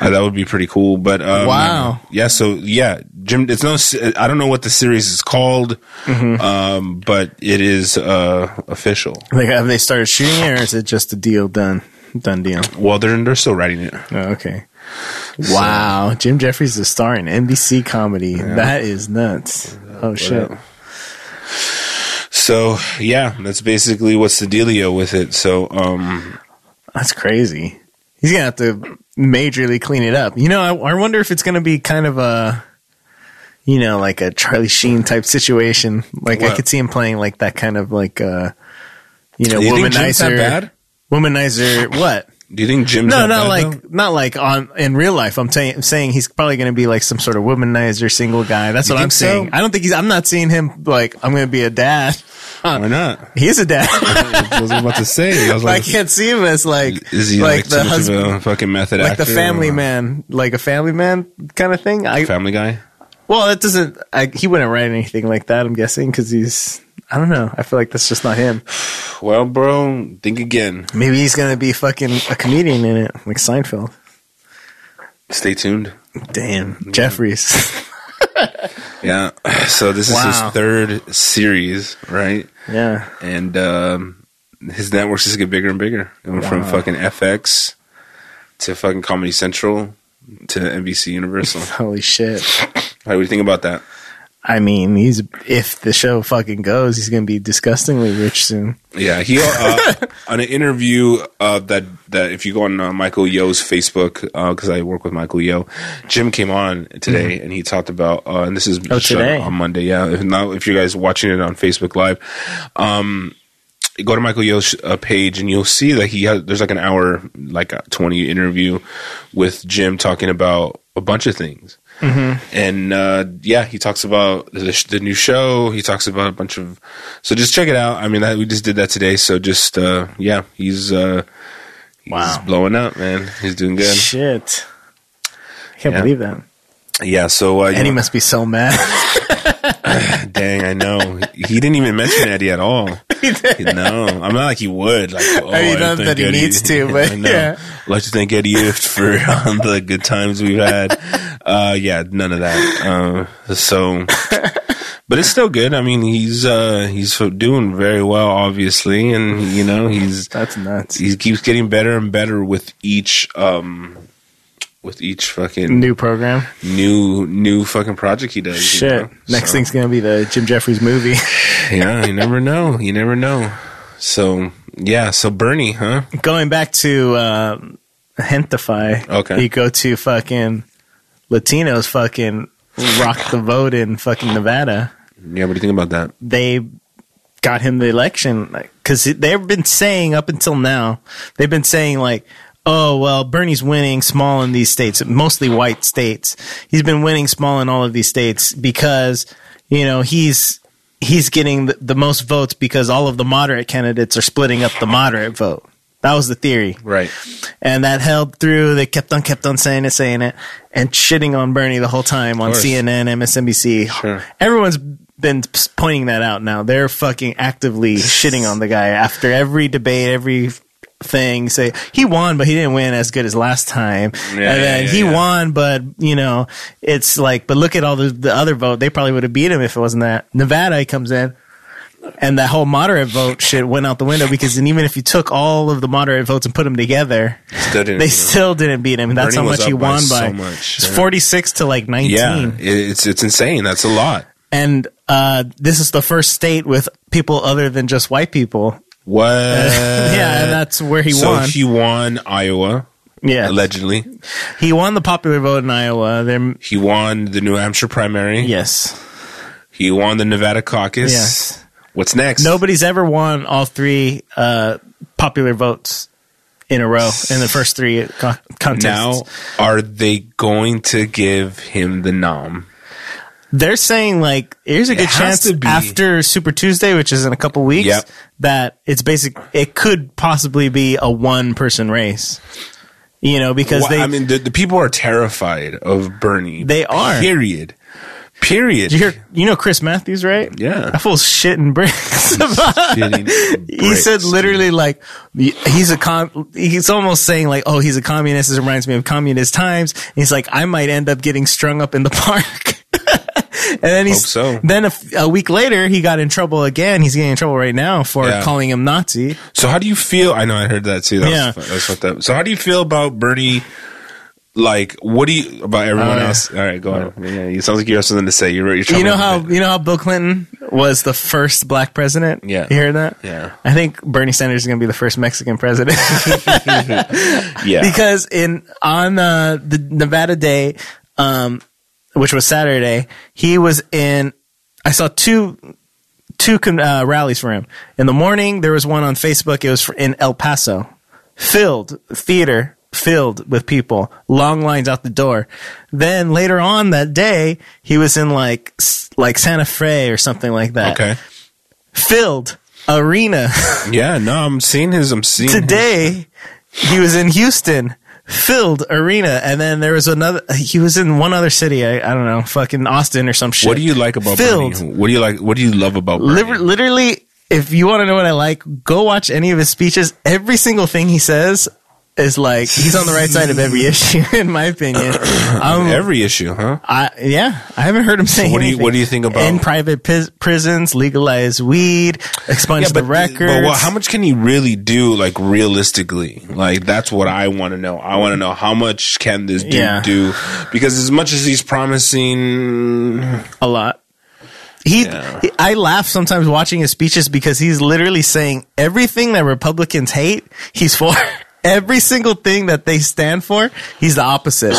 Speaker 1: Uh, that would be pretty cool. But um,
Speaker 2: Wow.
Speaker 1: yeah. So yeah, Jim. It's no. se- I don't know what the series is called,
Speaker 2: Mm-hmm.
Speaker 1: um, but it is uh, official.
Speaker 2: Like, have they started shooting it, or is it just a deal done? Done deal.
Speaker 1: Well, they're they're still writing it.
Speaker 2: Oh, okay. Wow, Jim Jeffries is a star in NBC comedy. That is nuts. Oh shit.
Speaker 1: So yeah, that's basically what's the dealio with it. So um,
Speaker 2: That's crazy. He's gonna have to majorly clean it up. You know, I, I wonder if it's gonna be kind of a, you know, like a Charlie Sheen type situation. Like I
Speaker 1: What?
Speaker 2: could see him playing like that kind of like, uh, you know,
Speaker 1: do you think Jim's that
Speaker 2: womanizer.
Speaker 1: bad?
Speaker 2: Womanizer. What?
Speaker 1: Do you think Jim's
Speaker 2: No,
Speaker 1: that
Speaker 2: not
Speaker 1: bad,
Speaker 2: like
Speaker 1: though?
Speaker 2: not like on in real life. I'm saying saying he's probably going to be like some sort of womanizer single guy. That's
Speaker 1: You
Speaker 2: what I'm
Speaker 1: think so?
Speaker 2: saying. I don't think he's. I'm not seeing him like I'm going to be a dad.
Speaker 1: Why not?
Speaker 2: He is a dad.
Speaker 1: I was about to say. I was
Speaker 2: I
Speaker 1: like,
Speaker 2: can't see him as like
Speaker 1: is he like,
Speaker 2: like, the
Speaker 1: too much
Speaker 2: husband,
Speaker 1: of a fucking method
Speaker 2: like the
Speaker 1: actor
Speaker 2: family
Speaker 1: or
Speaker 2: man, like a family man kind of thing. I
Speaker 1: Family guy.
Speaker 2: well, that doesn't. I, he wouldn't write anything like that. I'm guessing because he's. I don't know. I feel like that's just not him.
Speaker 1: Well, bro, think again.
Speaker 2: Maybe he's going to be fucking a comedian in it, like Seinfeld.
Speaker 1: Stay tuned.
Speaker 2: Damn, Jeffries.
Speaker 1: Yeah. So this is
Speaker 2: Wow.
Speaker 1: his third series, right?
Speaker 2: yeah.
Speaker 1: And um, his networks just get bigger and bigger. It went from fucking FX to fucking Comedy Central to NBC Universal.
Speaker 2: Holy shit.
Speaker 1: How do you think about that?
Speaker 2: I mean, he's if the show fucking goes, he's gonna be disgustingly rich soon.
Speaker 1: Yeah, he uh, on an interview uh, that that if you go on uh, Michael Yo's Facebook because I work with Michael Yo, Jim came on today and he talked about uh, and this is
Speaker 2: Mm-hmm. Oh,
Speaker 1: shot
Speaker 2: today.
Speaker 1: on Monday. Yeah, if now if you guys watching it on Facebook Live, um, go to Michael Yo's uh, page and you'll see that he has there's like an hour like a twenty interview with Jim talking about a bunch of things. And uh, yeah, he talks about the, sh- the new show. He talks about a bunch of so just check it out. I mean, that, we just did that today, so just uh, yeah, he's uh, he's
Speaker 2: Wow.
Speaker 1: blowing up, man. He's doing good.
Speaker 2: Shit, I can't
Speaker 1: Yeah.
Speaker 2: believe that.
Speaker 1: Yeah, so uh, you
Speaker 2: And he
Speaker 1: know-
Speaker 2: must be so mad.
Speaker 1: dang, I know he didn't even mention Eddie at all. no, I'm not like he would. Like, oh,
Speaker 2: mean,
Speaker 1: I'd
Speaker 2: not that
Speaker 1: thank
Speaker 2: he
Speaker 1: Eddie.
Speaker 2: needs to, but
Speaker 1: I know.
Speaker 2: yeah.
Speaker 1: I'd like to thank Eddie Ift for um, the good times we've had. Uh, yeah, none of that. Uh, so, but it's still good. I mean, he's uh, he's doing very well, obviously, and you know he's
Speaker 2: That's nuts.
Speaker 1: he keeps getting better and better with each um with each fucking
Speaker 2: New program.
Speaker 1: new new fucking project he does. you
Speaker 2: Shit.
Speaker 1: know?
Speaker 2: Next
Speaker 1: So-
Speaker 2: thing's gonna be the Jim Jeffries movie.
Speaker 1: yeah, you never know. You never know. So yeah, so Bernie, huh?
Speaker 2: Going back to uh, Hentify.
Speaker 1: Okay.
Speaker 2: You go to fucking Latinos. Fucking rock the vote in fucking Nevada.
Speaker 1: Yeah, what do you think about that?
Speaker 2: they got him the election because they've been saying up until now they've been saying like oh well bernie's winning small in these states mostly white states he's been winning small in all of these states because you know he's he's getting the, the most votes because all of the moderate candidates are splitting up the moderate vote that was the theory
Speaker 1: Right.
Speaker 2: and that held through. They kept on, kept on saying it, saying it, and shitting on Bernie the whole time on
Speaker 1: course.
Speaker 2: CNN, MSNBC.
Speaker 1: Sure.
Speaker 2: Everyone's been s- pointing that out now. They're fucking actively shitting on the guy after every debate, every thing. Say he won, but he didn't win as good as last time. and
Speaker 1: yeah,
Speaker 2: then
Speaker 1: yeah,
Speaker 2: he
Speaker 1: yeah.
Speaker 2: won, but you know, it's like, but look at all the, the other vote. They probably would have beat him if it wasn't that. Nevada he comes in and that whole moderate vote shit went out the window because and even if you took all of the moderate votes and put them together,
Speaker 1: Still didn't.
Speaker 2: they
Speaker 1: you know.
Speaker 2: still didn't beat him. That's
Speaker 1: Bernie
Speaker 2: how
Speaker 1: was
Speaker 2: much he
Speaker 1: up by
Speaker 2: won by.
Speaker 1: so much,
Speaker 2: It's
Speaker 1: yeah.
Speaker 2: forty six to like nineteen,
Speaker 1: yeah, it- it's it's insane. That's a lot.
Speaker 2: and uh, this is the first state with people other than just white people.
Speaker 1: What?
Speaker 2: yeah, and that's where he
Speaker 1: Uh, so
Speaker 2: won.
Speaker 1: he won Iowa
Speaker 2: yeah,
Speaker 1: allegedly.
Speaker 2: he won the popular vote in Iowa. There,
Speaker 1: He won the New Hampshire primary.
Speaker 2: yes,
Speaker 1: He won the Nevada caucus.
Speaker 2: Yes.
Speaker 1: What's next?
Speaker 2: nobody's ever won all three uh, popular votes in a row in the first three con- contests.
Speaker 1: Now, are they going to give him the nom?
Speaker 2: they're saying like here's a good
Speaker 1: has
Speaker 2: chance
Speaker 1: to be.
Speaker 2: after Super Tuesday, which is in a couple weeks,
Speaker 1: Yep.
Speaker 2: that it's basic. It could possibly be a one person race, you know, because
Speaker 1: Well,
Speaker 2: they.
Speaker 1: I mean, the, the people are terrified of Bernie.
Speaker 2: They are.
Speaker 1: Period. Period.
Speaker 2: you hear, you know Chris Matthews, right?
Speaker 1: Yeah.
Speaker 2: that fool's shitting bricks.
Speaker 1: Shitting
Speaker 2: he said
Speaker 1: bricks,
Speaker 2: literally like he's a con. He's almost saying like, oh, he's a communist. This reminds me of communist times. And he's like, I might end up getting strung up in the park. and then he's
Speaker 1: Hope so.
Speaker 2: then a, f- a week later he got in trouble again. He's getting in trouble right now for
Speaker 1: Yeah.
Speaker 2: calling him Nazi.
Speaker 1: So how do you feel? I know I heard that too. That
Speaker 2: Yeah.
Speaker 1: was, fu- that was fucked up. So how do you feel about Bernie? Like, what do you about everyone
Speaker 2: Uh,
Speaker 1: else? All right, go on. oh, Yeah, it sounds like you have something to say. You're, you're
Speaker 2: You know how
Speaker 1: troubled with
Speaker 2: you know how Bill Clinton was the first black president.
Speaker 1: Yeah.
Speaker 2: you heard that?
Speaker 1: Yeah.
Speaker 2: I think Bernie Sanders is going to be the first Mexican president.
Speaker 1: it. yeah,
Speaker 2: because in on uh, the Nevada day, um, which was Saturday, he was in. I saw two two con- uh, rallies for him in the morning. There was one on Facebook. It was for, in El Paso, filled theater filled with people, long lines out the door. Then later on that day, he was in like s- like Santa Fe or something like that,
Speaker 1: okay,
Speaker 2: filled arena.
Speaker 1: yeah. No, I'm seeing his. I'm seeing his-
Speaker 2: today he was in Houston, filled arena, and then there was another. He was in one other city. I, I don't know, fucking Austin or some shit.
Speaker 1: What do you like about
Speaker 2: filled?
Speaker 1: Bernie? What do you like? What do you love about Bernie?
Speaker 2: Liter- literally, if you want to know what I like, go watch any of his speeches. Every single thing he says, is like he's on the right side of every issue, in my opinion. Um,
Speaker 1: Every issue, huh?
Speaker 2: I, yeah, I haven't heard him say
Speaker 1: what do you-
Speaker 2: anything.
Speaker 1: what do you think about-
Speaker 2: in private pis- prisons, legalize weed, expunge the records?
Speaker 1: But well, how much can he really do, like realistically? Like that's what I want to know. I want to know how much can this dude
Speaker 2: Yeah.
Speaker 1: do? Because as much as he's promising,
Speaker 2: a lot. He,
Speaker 1: Yeah.
Speaker 2: he- I laugh sometimes watching his speeches because he's literally saying everything that Republicans hate, he's for. Every single thing that they stand for, he's the opposite.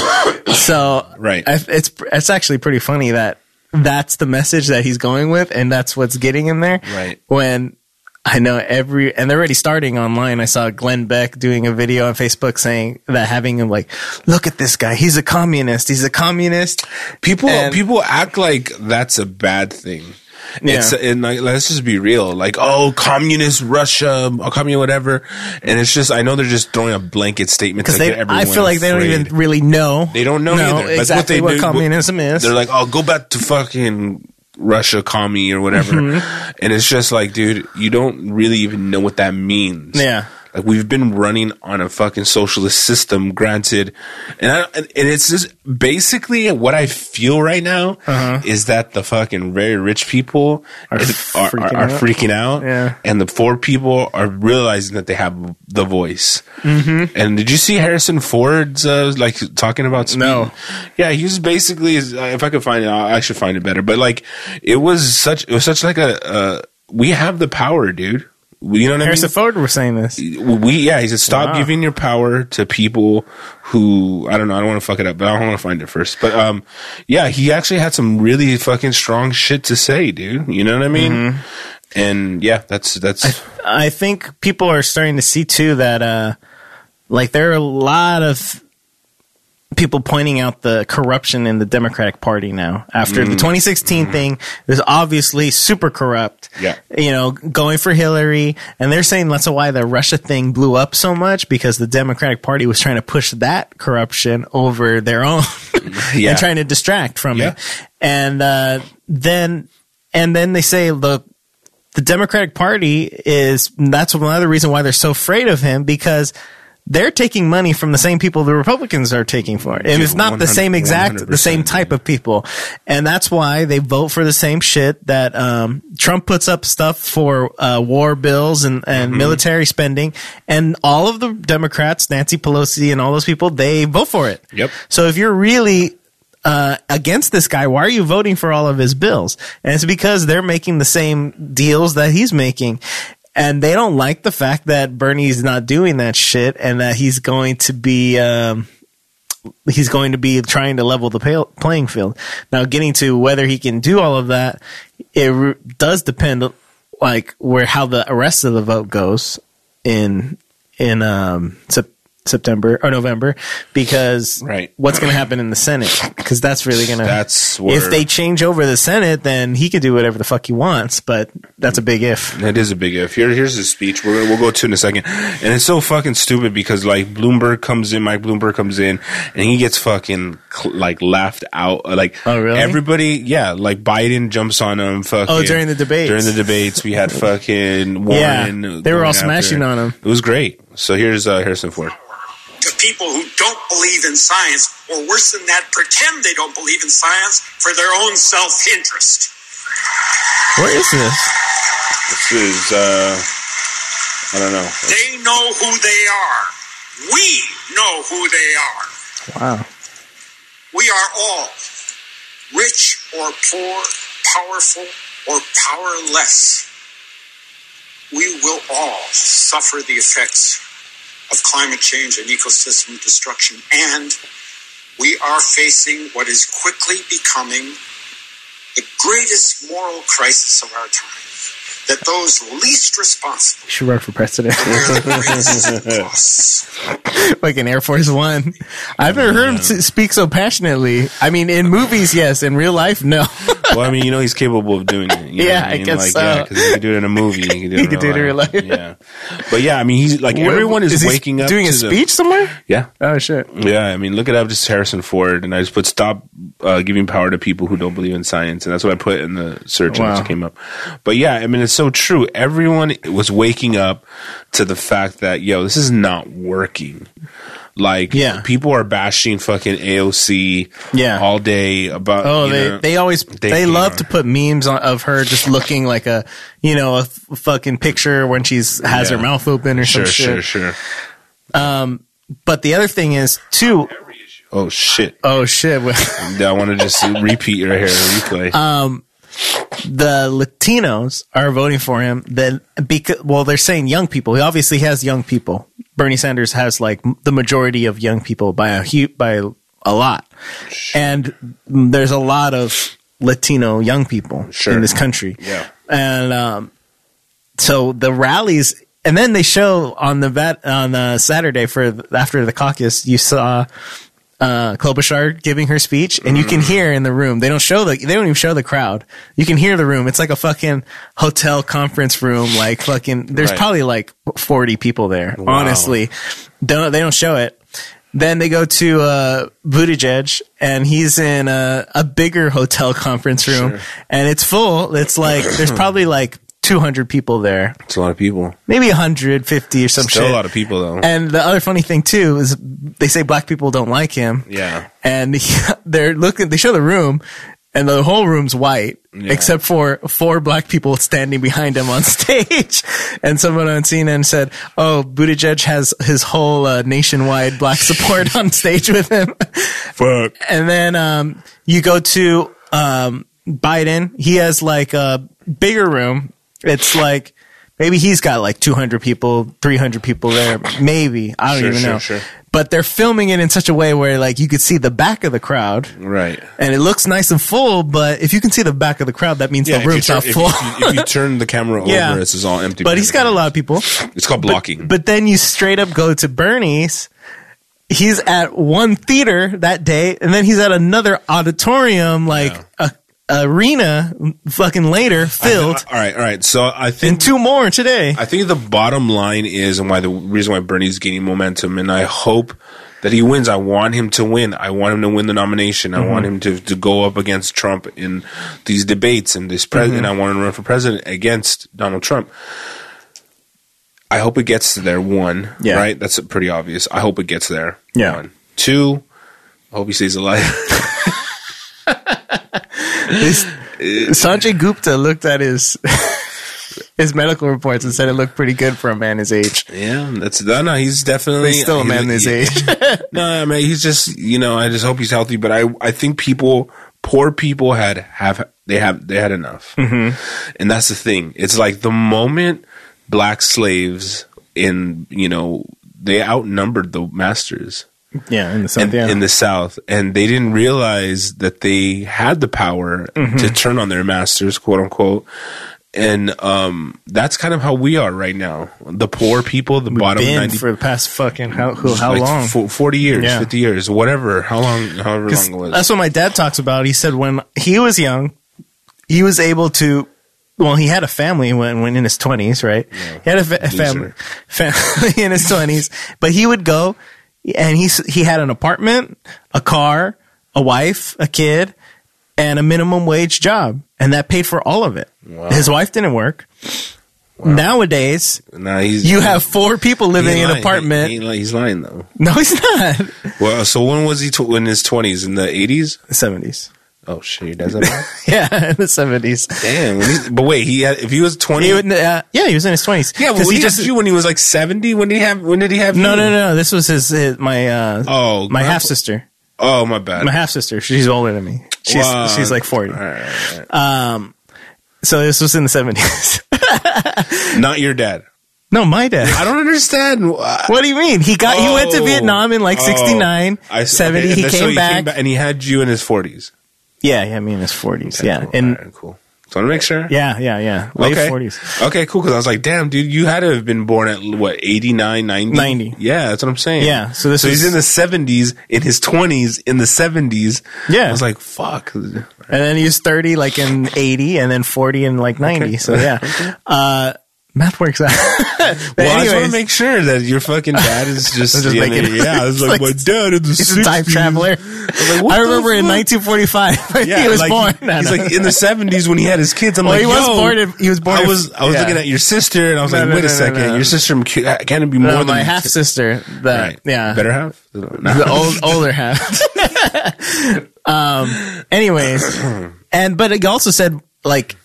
Speaker 2: so,
Speaker 1: Right.
Speaker 2: I, it's it's actually pretty funny that that's the message that he's going with, and that's what's getting him there.
Speaker 1: Right.
Speaker 2: When I know every, and they're already starting online. I saw Glenn Beck doing a video on Facebook saying that having him like, look at this guy, he's a communist, he's a communist.
Speaker 1: people
Speaker 2: And-
Speaker 1: people act like that's a bad thing.
Speaker 2: Yeah.
Speaker 1: It's and like let's just be real. Like oh, communist Russia, or communist whatever, and it's just I know they're just throwing a blanket statement
Speaker 2: because
Speaker 1: to
Speaker 2: they,
Speaker 1: get everyone.
Speaker 2: I feel like they don't
Speaker 1: afraid.
Speaker 2: even really know.
Speaker 1: They don't know either. That's what
Speaker 2: exactly
Speaker 1: they
Speaker 2: what,
Speaker 1: do.
Speaker 2: communism is.
Speaker 1: They're like, oh, go back to fucking Russia, commie, or whatever.
Speaker 2: Mm-hmm.
Speaker 1: And it's just like, dude, you don't really even know what that means.
Speaker 2: Yeah.
Speaker 1: Like we've been running on a fucking socialist system, granted, and I, and it's just basically what I feel right now
Speaker 2: Uh-huh.
Speaker 1: is that the fucking very rich people are are,
Speaker 2: freaking
Speaker 1: are,
Speaker 2: out.
Speaker 1: freaking out,
Speaker 2: Yeah.
Speaker 1: and the poor people are realizing that they have the voice. Mm-hmm. And did you see Harrison Ford's uh, like talking about speed?
Speaker 2: No.
Speaker 1: Yeah, he was basically. If I could find it, I I should find it better. But like, it was such. It was such like a. Uh, we have the power, dude. We- You know what I mean?
Speaker 2: Harrison Ford was saying this.
Speaker 1: we yeah he said stop
Speaker 2: Wow.
Speaker 1: giving your power to people who i don't know i don't want to fuck it up but i don't want to find it first but um yeah he actually had some really fucking strong shit to say dude you know what i mean
Speaker 2: Mm-hmm.
Speaker 1: and yeah that's that's
Speaker 2: I think people are starting to see too that, uh, like, there are a lot of people pointing out the corruption in the Democratic Party now. After
Speaker 1: Mm-hmm.
Speaker 2: the 2016 thing, it was obviously super corrupt.
Speaker 1: Yeah.
Speaker 2: you know, going for Hillary, and they're saying that's why the Russia thing blew up so much because the Democratic Party was trying to push that corruption over their own.
Speaker 1: yeah
Speaker 2: and trying to distract from
Speaker 1: Yeah.
Speaker 2: it. And uh, then and then they say the the Democratic Party is that's another reason why they're so afraid of him because they're taking money from the same people the Republicans are taking for it. And
Speaker 1: Dude,
Speaker 2: it's not the same
Speaker 1: 100%,
Speaker 2: exact the same type of people. And that's why they vote for the same shit that um, Trump puts up stuff for uh, war bills and, and military spending. And all of the Democrats, Nancy Pelosi and all those people, they vote for it.
Speaker 1: Yep.
Speaker 2: So if you're really uh, against this guy, why are you voting for all of his bills? And it's because they're making the same deals that he's making. And they don't like the fact that Bernie's not doing that shit and that he's going to be. Um, He's going to be trying to level the pale, playing field. Now, getting to whether he can do all of that, it re- does depend, like where how the rest of the vote goes in in um, sep- September or November, because
Speaker 1: Right.
Speaker 2: what's going to happen in the Senate because that's really going to.
Speaker 1: That's where-
Speaker 2: if they change over the Senate, then he could do whatever the fuck he wants. But that's a big if.
Speaker 1: That is a big if. Here, here's his speech. We're, we'll go to in a second. And it's so fucking stupid because like Bloomberg comes in, Mike Bloomberg comes in, and he gets fucking cl- like laughed out. Uh, Like
Speaker 2: Oh, really?
Speaker 1: everybody, yeah. Like Biden jumps on him. Fucking,
Speaker 2: Oh, during the debates.
Speaker 1: During the debates, we had fucking
Speaker 2: Yeah,
Speaker 1: Warren.
Speaker 2: they were
Speaker 1: going
Speaker 2: all smashing on him.
Speaker 1: It was great. So here's uh, Harrison Ford.
Speaker 3: to people who don't believe in science, or worse than that, pretend they don't believe in science for their own self interest.
Speaker 2: Where is this?
Speaker 1: This is uh, I don't know.
Speaker 3: They know who they are. We know who they are.
Speaker 2: Wow.
Speaker 3: We are all rich or poor, powerful or powerless. We will all suffer the effects of climate change and ecosystem destruction, and we are facing what is quickly becoming the greatest moral crisis of our time. That those least responsible
Speaker 2: You should run for president,
Speaker 3: bear the greatest costs.
Speaker 2: like in Air Force One. I've never heard him s- speak so passionately. I mean, in movies, yes. In real life, no.
Speaker 1: Well, I mean, you know, he's capable of doing it. You know
Speaker 2: Yeah,
Speaker 1: what
Speaker 2: I
Speaker 1: mean?
Speaker 2: guess
Speaker 1: like,
Speaker 2: so.
Speaker 1: Yeah, because he could do it in a movie. He could do it,
Speaker 2: He
Speaker 1: in
Speaker 2: could do it in real life.
Speaker 1: Yeah, but yeah, I mean, he's like everyone is,
Speaker 2: he
Speaker 1: waking up
Speaker 2: doing a
Speaker 1: to the-
Speaker 2: speech somewhere.
Speaker 1: yeah,
Speaker 2: Oh shit!
Speaker 1: yeah. I mean, look it up. Just Harrison Ford, and I just put stop uh, giving power to people who don't believe in science, and that's what I put in the search and it
Speaker 2: Wow.
Speaker 1: just came up. But yeah, I mean, it's so true. Everyone was waking up to the fact that yo, this is not working. Like,
Speaker 2: Yeah.
Speaker 1: people are bashing fucking AOC,
Speaker 2: Yeah.
Speaker 1: all day about.
Speaker 2: Oh,
Speaker 1: you
Speaker 2: they,
Speaker 1: know-
Speaker 2: they always they,
Speaker 1: hate
Speaker 2: love
Speaker 1: her.
Speaker 2: to put memes on, of her just looking like a you know a f- fucking picture when she's has
Speaker 1: Yeah.
Speaker 2: her mouth open or
Speaker 1: sure,
Speaker 2: some shit.
Speaker 1: sure, sure.
Speaker 2: But the other thing is too.
Speaker 1: Oh shit!
Speaker 2: Oh shit!
Speaker 1: Yeah, I want to just repeat right here, replay.
Speaker 2: Uh, the Latinos are voting for him. Then because well, they're saying young people. He obviously has young people. Bernie Sanders has like m- the majority of young people by a hu- by a lot, and there's a lot of Latino young people
Speaker 1: Sure.
Speaker 2: in this country.
Speaker 1: Yeah.
Speaker 2: and um, so the rallies. And then they show on the vet, on uh, Saturday for th- after the caucus, you saw uh, Klobuchar giving her speech, and you can hear in the room. They don't show the. They don't even show the crowd. You can hear the room. It's like a fucking hotel conference room. Like fucking. There's
Speaker 1: Right.
Speaker 2: probably like forty people there.
Speaker 1: Wow.
Speaker 2: Honestly, don't they don't show it. Then they go to uh, Buttigieg, and he's in a, a bigger hotel conference room, and it's full. It's like there's probably like 200 people there,
Speaker 1: it's a lot of people.
Speaker 2: maybe 150 or some
Speaker 1: Still
Speaker 2: shit.
Speaker 1: a lot of people though.
Speaker 2: And the other funny thing too is they say black people don't like him.
Speaker 1: Yeah.
Speaker 2: And they're looking they show the room and the whole room's white
Speaker 1: Yeah.
Speaker 2: except for four black people standing behind him on stage. And someone on CNN said, "Oh, Buttigieg has his whole uh, nationwide black support on stage with him."
Speaker 1: Fuck.
Speaker 2: and then um, you go to um, Biden. He has like a bigger room. It's like maybe he's got like 200 people, 300 people there. Maybe I don't
Speaker 1: Sure,
Speaker 2: even
Speaker 1: sure,
Speaker 2: know.
Speaker 1: sure.
Speaker 2: But they're filming it in such a way where like you could see the back of the crowd.
Speaker 1: Right.
Speaker 2: And it looks nice and full, but if you can see the back of the crowd, that means the
Speaker 1: if you,
Speaker 2: room's
Speaker 1: turn,
Speaker 2: not
Speaker 1: if,
Speaker 2: full.
Speaker 1: you, if you turn the camera
Speaker 2: Yeah.
Speaker 1: over, this is all empty.
Speaker 2: but he's got a lot of people.
Speaker 1: It's called blocking.
Speaker 2: But then you straight up go to Bernie's. He's at one theater that day, and then he's at another auditorium, like a arena, fucking later filled,
Speaker 1: all right, all right. So I
Speaker 2: and
Speaker 1: think
Speaker 2: two more today.
Speaker 1: I think the bottom line is and why the reason why Bernie's gaining momentum, and I hope that he wins. I want him to win. I want him to win the nomination. I want
Speaker 2: Mm-hmm.
Speaker 1: him to, to go up against Trump in these debates and this
Speaker 2: Mm-hmm.
Speaker 1: president. I want him to run for president against Donald Trump. I hope it gets to there. One,
Speaker 2: Yeah.
Speaker 1: right? That's pretty obvious. I hope it gets there.
Speaker 2: Yeah.
Speaker 1: One. Two. I hope he stays alive.
Speaker 2: This- Sanjay Gupta looked at his his medical reports and said it looked pretty good for a man his age.
Speaker 1: yeah, that's no, no. He's definitely
Speaker 2: He's still a man his
Speaker 1: he-
Speaker 2: age.
Speaker 1: No, I mean he's just you know I just hope he's healthy. But I I think people, poor people had have they have they had enough, mm-hmm. and that's the thing. It's like the moment black slaves in you know they outnumbered the masters
Speaker 2: Oh, yeah, in the
Speaker 1: in, in the South, and they didn't realize that they had the power
Speaker 2: Mm-hmm.
Speaker 1: to turn on their masters, quote unquote. And um, that's kind of how we are right now. The poor people, the bottom
Speaker 2: been
Speaker 1: ninety
Speaker 2: for the past fucking how who, how
Speaker 1: like
Speaker 2: long?
Speaker 1: fo- Forty years,
Speaker 2: Yeah.
Speaker 1: fifty years, whatever. How long? However long
Speaker 2: 'Cause
Speaker 1: it was.
Speaker 2: That's what my dad talks about. He said when he was young, he was able to. Well, he had a family when, when in his twenties, right? He had a, fa- a family,
Speaker 1: Loser.
Speaker 2: family in his twenties, but he would go and he s- he had an apartment, a car, a wife, a kid, and a minimum wage job, and that paid for all of it. His wife didn't work. Nowadays,
Speaker 1: nah, he's,
Speaker 2: you have four people
Speaker 1: he ain't
Speaker 2: living in an
Speaker 1: lying.
Speaker 2: apartment.
Speaker 1: He ain't li- he's lying though.
Speaker 2: no, he's not.
Speaker 1: Well, so when was he tw- in his twenties? In the eighties?
Speaker 2: Seventies,
Speaker 1: Oh shit, he doesn't. know.
Speaker 2: yeah, in the seventies.
Speaker 1: Damn. when he- but wait, he had, if he was twenty.
Speaker 2: He would, uh, yeah, he was in his twenties.
Speaker 1: yeah, well, he, just you when he was like seventy. When did he have? When did he have?
Speaker 2: no,
Speaker 1: you?
Speaker 2: no, no. This was his, his my uh,
Speaker 1: Oh,
Speaker 2: my
Speaker 1: grandpa-
Speaker 2: half sister.
Speaker 1: Oh, my bad.
Speaker 2: My half sister. She's older than me. She's
Speaker 1: Wow.
Speaker 2: she's like forty. Um,
Speaker 1: All right, all right, all
Speaker 2: So this was in the seventies.
Speaker 1: right. Not your dad.
Speaker 2: no, my dad.
Speaker 1: I don't understand. why-
Speaker 2: What do you mean? He got he went to
Speaker 1: Oh.
Speaker 2: Vietnam in like
Speaker 1: Oh.
Speaker 2: 69,
Speaker 1: I s-
Speaker 2: 70.
Speaker 1: okay,
Speaker 2: he,
Speaker 1: and
Speaker 2: came
Speaker 1: so
Speaker 2: back.
Speaker 1: and he had you in his forties.
Speaker 2: Yeah, yeah, I mean in his forties. yeah,
Speaker 1: cool,
Speaker 2: and
Speaker 1: all right, cool. So to make sure.
Speaker 2: Yeah, yeah, yeah. Late
Speaker 1: Okay.
Speaker 2: 40s.
Speaker 1: Okay, cool. Because I was like, damn, dude, you had to have been born at what, 89, 90?
Speaker 2: 90.
Speaker 1: Yeah, that's what I'm saying.
Speaker 2: Yeah, so this
Speaker 1: so he's
Speaker 2: is-
Speaker 1: in the 70s, in his 20s, in the 70s.
Speaker 2: Yeah.
Speaker 1: I was like, fuck.
Speaker 2: And then he was 30 like in 80 and then 40 in like 90. So yeah. Uh, math works out. But
Speaker 1: Well, I just want to
Speaker 2: anyways,
Speaker 1: make sure that your fucking dad is just,
Speaker 2: Just
Speaker 1: you know,
Speaker 2: making-
Speaker 1: yeah. I was like,
Speaker 2: like-
Speaker 1: my dad in the
Speaker 2: he's a time
Speaker 1: 60s.
Speaker 2: traveler.
Speaker 1: like, what
Speaker 2: I
Speaker 1: the
Speaker 2: remember in
Speaker 1: fuck?
Speaker 2: 1945 when
Speaker 1: Yeah,
Speaker 2: he was
Speaker 1: like,
Speaker 2: born.
Speaker 1: He's
Speaker 2: No, no.
Speaker 1: like in the 70s when he had his kids. I'm
Speaker 2: well,
Speaker 1: like,
Speaker 2: he was
Speaker 1: yo,
Speaker 2: born. In, he was born.
Speaker 1: I
Speaker 2: in-
Speaker 1: was I was
Speaker 2: yeah.
Speaker 1: looking at your sister and I was
Speaker 2: No,
Speaker 1: like,
Speaker 2: no,
Speaker 1: wait
Speaker 2: no,
Speaker 1: a
Speaker 2: no,
Speaker 1: second,
Speaker 2: no.
Speaker 1: your sister m- can't be more
Speaker 2: no,
Speaker 1: than
Speaker 2: my half sister. That
Speaker 1: Right.
Speaker 2: yeah,
Speaker 1: better half. No.
Speaker 2: the old older half. um. Anyways, and but he also said like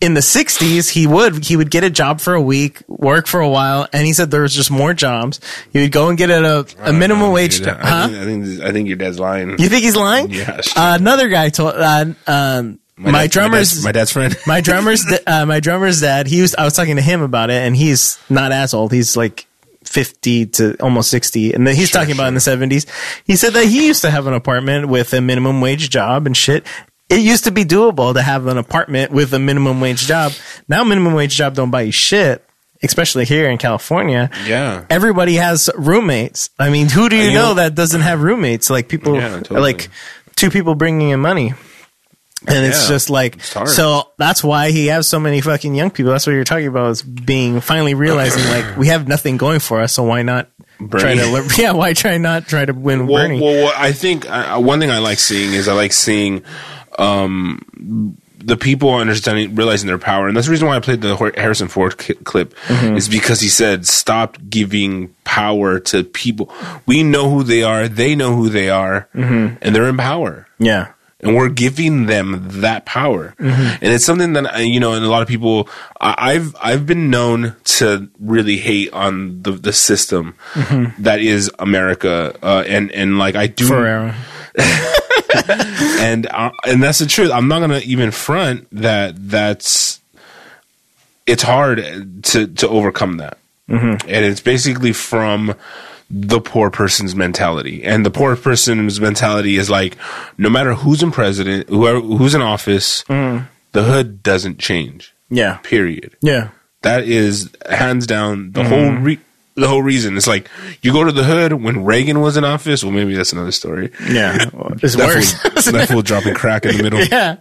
Speaker 2: in the '60s he would he would get a job for a week, work for a while, and he said there was just more jobs. He would go and get a a minimum wage.
Speaker 1: Dude,
Speaker 2: job.
Speaker 1: I,
Speaker 2: Oh, huh?
Speaker 1: think, I think I think your dad's lying.
Speaker 2: You think he's lying?
Speaker 1: Yeah, sure.
Speaker 2: Uh, another guy told uh, um, my,
Speaker 1: dad-
Speaker 2: drummer's
Speaker 1: my dad's, my dad's friend.
Speaker 2: my drummer's da- uh, my drummer's dad. He was I was talking to him about it, and he's not as old. He's like fifty to almost sixty, and then he's talking about in the seventies. He said that he used to have an apartment with a minimum wage job and shit. It used to be doable to have an apartment with a minimum wage job. Now minimum wage job don't buy you shit, especially here in California.
Speaker 1: Yeah.
Speaker 2: everybody has roommates. I mean, who do you,
Speaker 1: you
Speaker 2: know,
Speaker 1: know-
Speaker 2: that doesn't have roommates? Like people,
Speaker 1: Yeah, totally.
Speaker 2: like two people bringing in money. And it's
Speaker 1: Yeah,
Speaker 2: just like
Speaker 1: it's hard.
Speaker 2: so that's why he has so many fucking young people. That's what you're talking about is being finally realizing like we have nothing going for us, so why not try
Speaker 1: Bernie.
Speaker 2: to li- yeah, why try not try to win
Speaker 1: well,
Speaker 2: Bernie?
Speaker 1: well, well, I think uh, one thing I like seeing is I like seeing um, the people understanding realizing their power and that's the reason why i played the Hor- harrison ford ki clip
Speaker 2: Mm-hmm.
Speaker 1: is because he said stop giving power to people we know who they are they know who they are
Speaker 2: Mm-hmm.
Speaker 1: and they're in power
Speaker 2: yeah.
Speaker 1: and we're giving them that power and it's something that I- you know and a lot of people I- i've i've been known to really hate on the, the system that is america uh, and and like i do
Speaker 2: Ferrero.
Speaker 1: and uh, and that's the truth. I'm not gonna even front that that's it's hard to to overcome that,
Speaker 2: Mm-hmm.
Speaker 1: and it's basically from the poor person's mentality. And the poor person's mentality is like, no matter who's in president, whoever who's in office,
Speaker 2: Mm-hmm.
Speaker 1: the hood doesn't change.
Speaker 2: Yeah.
Speaker 1: Period.
Speaker 2: Yeah.
Speaker 1: That is hands down
Speaker 2: Mm-hmm.
Speaker 1: the whole re- the whole reason. It's like you go to the hood when Reagan was in office. Well, maybe that's another story.
Speaker 2: Yeah. It's
Speaker 1: That
Speaker 2: worse.
Speaker 1: fool, that fool dropping crack in the middle.
Speaker 2: yeah.